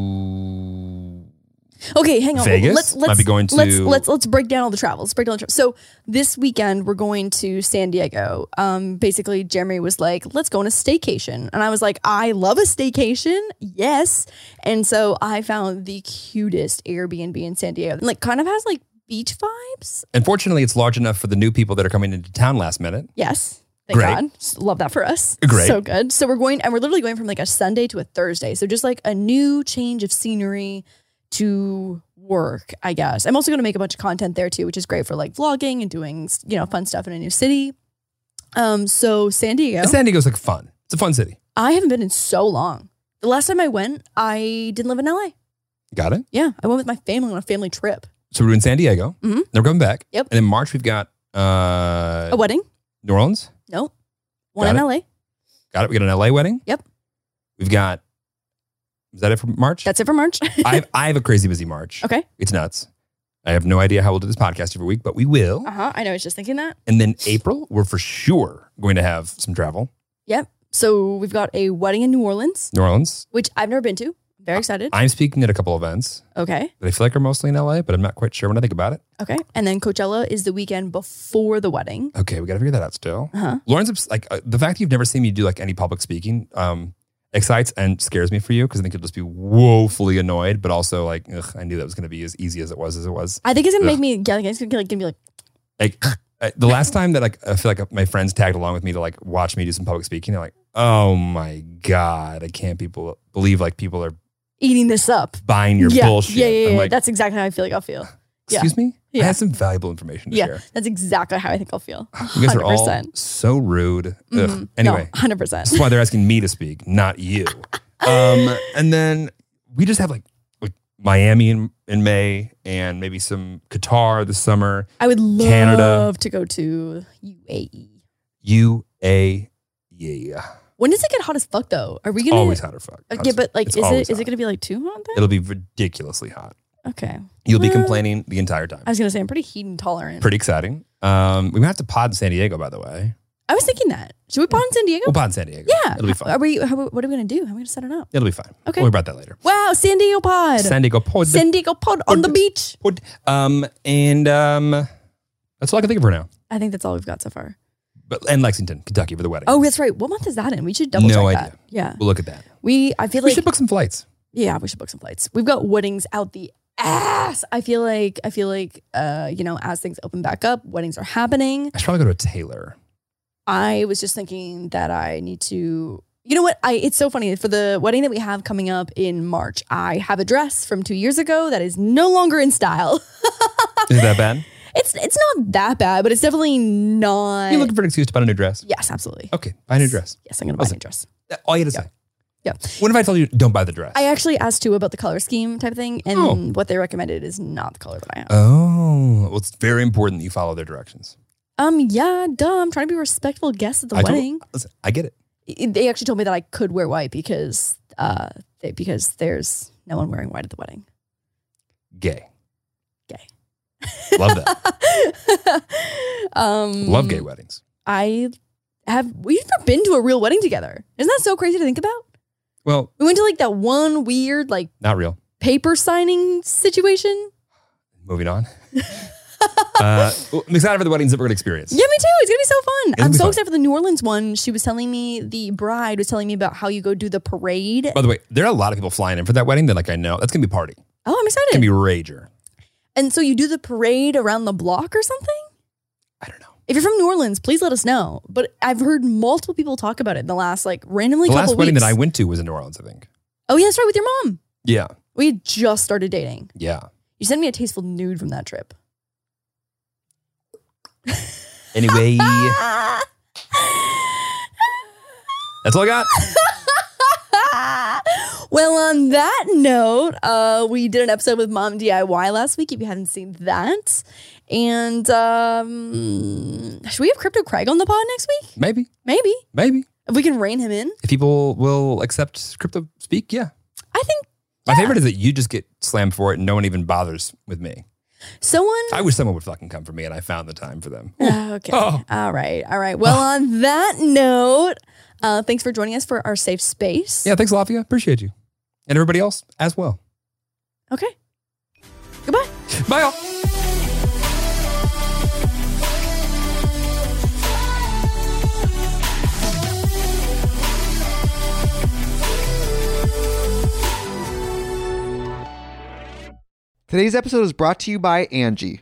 S1: to.
S2: Okay, hang on.
S1: Vegas?
S2: Let's
S1: Might
S2: let's
S1: be going to-
S2: let's let's let's break down all the travel. Let's break down the travel. So this weekend we're going to San Diego. Um, basically Jeremy was like, "Let's go on a staycation," and I was like, "I love a staycation, yes." And so I found the cutest Airbnb in San Diego. Like, kind of has like beach vibes.
S1: And fortunately, it's large enough for the new people that are coming into town last minute.
S2: Yes. Thank
S1: Great.
S2: God. S- Love that for us.
S1: Great.
S2: So good. So we're going, and we're literally going from like a Sunday to a Thursday. So just like a new change of scenery to work, I guess. I'm also going to make a bunch of content there too, which is great for like vlogging and doing, you know, fun stuff in a new city. Um, so San Diego.
S1: And San Diego's like fun. It's a fun city.
S2: I haven't been in so long. The last time I went, I didn't live in LA.
S1: Got it?
S2: Yeah. I went with my family on a family trip.
S1: So we're in San Diego.
S2: Mhm.
S1: Then we're coming back.
S2: Yep. Oh.
S1: And in March, we've got uh,
S2: A wedding?
S1: New Orleans.
S2: No. One
S1: Got
S2: in
S1: it.
S2: LA.
S1: Got it. We got an LA wedding.
S2: Yep.
S1: We've got, is that it for March?
S2: That's it for March.
S1: I, have, I have a crazy busy March.
S2: okay.
S1: It's nuts. I have no idea how we'll do this podcast every week, but we will.
S2: Uh huh. I know. I was just thinking that.
S1: And then April, we're for sure going to have some travel.
S2: Yep. So we've got a wedding in New Orleans,
S1: New Orleans.
S2: which I've never been to. Very excited.
S1: I'm speaking at a couple events
S2: okay.
S1: that I feel like are mostly in LA, but I'm not quite sure when I think about it.
S2: Okay. And then Coachella is the weekend before the wedding.
S1: Okay, we got to figure that out still.
S2: Uh-huh.
S1: Lauren's obs- like uh, the fact that you've never seen me do like any public speaking um, excites and scares me for you because I think you'll just be woefully annoyed, but also like ugh, I knew that was going to be as easy as it was as it was.
S2: I think it's gonna
S1: Ugh.
S2: make me yeah, like, it's gonna, like, gonna be like
S1: Like I- the last time that like I feel like my friends tagged along with me to like watch me do some public speaking, they're like, "Oh my god, I can't people believe like people are
S2: eating this up.
S1: buying your
S2: yeah.
S1: bullshit."
S2: Yeah, yeah,
S1: I'm
S2: yeah.
S1: like,
S2: that's exactly how I feel like I'll feel. yeah.
S1: excuse me. I
S2: Yeah.
S1: had some valuable information to
S2: Yeah.
S1: share.
S2: That's exactly how I think I'll feel.
S1: You guys are all
S2: 100%.
S1: so rude. Ugh.
S2: Mhm.
S1: Anyway,
S2: no, hundred percent.
S1: That's why they're asking me to speak, not you. Um, and then we just have like, like Miami in, in May and maybe some Qatar this summer.
S2: I would love
S1: Canada.
S2: to go to UAE.
S1: UAE. Yeah.
S2: When does it get hot as fuck though? Are we gonna
S1: Always hot or fuck.
S2: Okay,
S1: Hot as-
S2: but like,
S1: it's
S2: is it
S1: always
S2: is it
S1: hot.
S2: gonna be like too hot then?
S1: It'll be ridiculously hot.
S2: Okay,
S1: You'll be
S2: Well,
S1: complaining the entire time.
S2: I was gonna say I'm pretty heat intolerant.
S1: Pretty exciting. Um, we might have to pod in San Diego, by the way.
S2: I was thinking that. Should we pond in San Diego?
S1: We'll pod in San Diego.
S2: yeah.
S1: It'll be
S2: Are
S1: fun.
S2: we? How, what are we gonna do? How are we gonna set it up?
S1: It'll be fine.
S2: Okay.
S1: We'll worry about that later.
S2: Wow, San Diego pod.
S1: San Diego pod.
S2: San Diego pod on the beach.
S1: pod. Um, and um, that's all I can think of for now.
S2: I think that's all we've got so far.
S1: But and Lexington, Kentucky for the wedding.
S2: Oh, that's right. What month is that in? We should double
S1: No
S2: check
S1: idea.
S2: that. Yeah,
S1: We'll look at that.
S2: we. I feel
S1: we
S2: like
S1: should book some flights.
S2: yeah, we should book some flights. We've got weddings out the ass. I feel like I feel like uh, you know, as things open back up, weddings are happening.
S1: I should probably go to a tailor.
S2: I was just thinking that I need to. You know what? I it's so funny for the wedding that we have coming up in March. I have a dress from two years ago that is no longer in style.
S1: Is that bad?
S2: It's it's not that bad, but it's definitely not.
S1: you looking for an excuse to buy a new dress?
S2: yes, absolutely.
S1: Okay, buy a new dress.
S2: Yes, I'm gonna buy a
S1: Awesome.
S2: new dress.
S1: That- All you had to
S2: Yeah.
S1: say.
S2: Yeah,
S1: What if I told you don't buy the dress?
S2: I actually asked too about the color scheme type thing, and
S1: Oh.
S2: what they recommended is not the color that I have.
S1: oh, well, it's very important that you follow their directions.
S2: um, yeah, duh. I'm trying to be a respectful guest at the
S1: I told-
S2: wedding.
S1: listen, I get it.
S2: I- They actually told me that I could wear white because uh they, because there's no one wearing white at the wedding.
S1: Gay.
S2: Gay.
S1: Love that.
S2: um,
S1: Love gay weddings.
S2: I have. We've never been to a real wedding together. Isn't that so crazy to think about?
S1: Well,
S2: We went to like that one weird like
S1: not real.
S2: paper signing situation.
S1: Moving on. uh, well, I'm excited for the weddings that we're gonna experience.
S2: Yeah, me too. It's gonna be so fun.
S1: It'll
S2: I'm
S1: be
S2: so
S1: fun.
S2: excited for the New Orleans one. She was telling me the bride was telling me about how you go do the parade.
S1: By the way, there are a lot of people flying in for that wedding that like I know. That's gonna be a party. It's
S2: oh, I'm excited.
S1: gonna be a rager.
S2: and so you do the parade around the block or something.
S1: I don't know.
S2: If you're from New Orleans, please let us know. But I've heard multiple people talk about it in the last like randomly
S1: the
S2: couple
S1: last wedding
S2: weeks.
S1: that I went to was in New Orleans, I think.
S2: oh yeah, that's right with your mom.
S1: Yeah.
S2: We had just started dating.
S1: Yeah.
S2: You sent me a tasteful nude from that trip.
S1: Anyway, that's all I got.
S2: well, on that note, uh, we did an episode with Mom DIY last week. If you haven't seen that, and um, should we have Crypto Craig on the pod next week?
S1: Maybe,
S2: Maybe
S1: maybe.
S2: if we can rein him in.
S1: If people will accept crypto speak, yeah.
S2: I think
S1: My favorite is that you just get slammed for it and no one even bothers with me.
S2: someone.
S1: I wish someone would fucking come for me and I found the time for them.
S2: Ah, okay.
S1: Oh.
S2: All right. All right. Well, on that note, uh, thanks for joining us for our safe space.
S1: Yeah, thanks, Lafia. Appreciate you. And everybody else as well.
S2: Okay. Goodbye.
S1: Bye all.
S3: Today's episode is brought to you by Angie.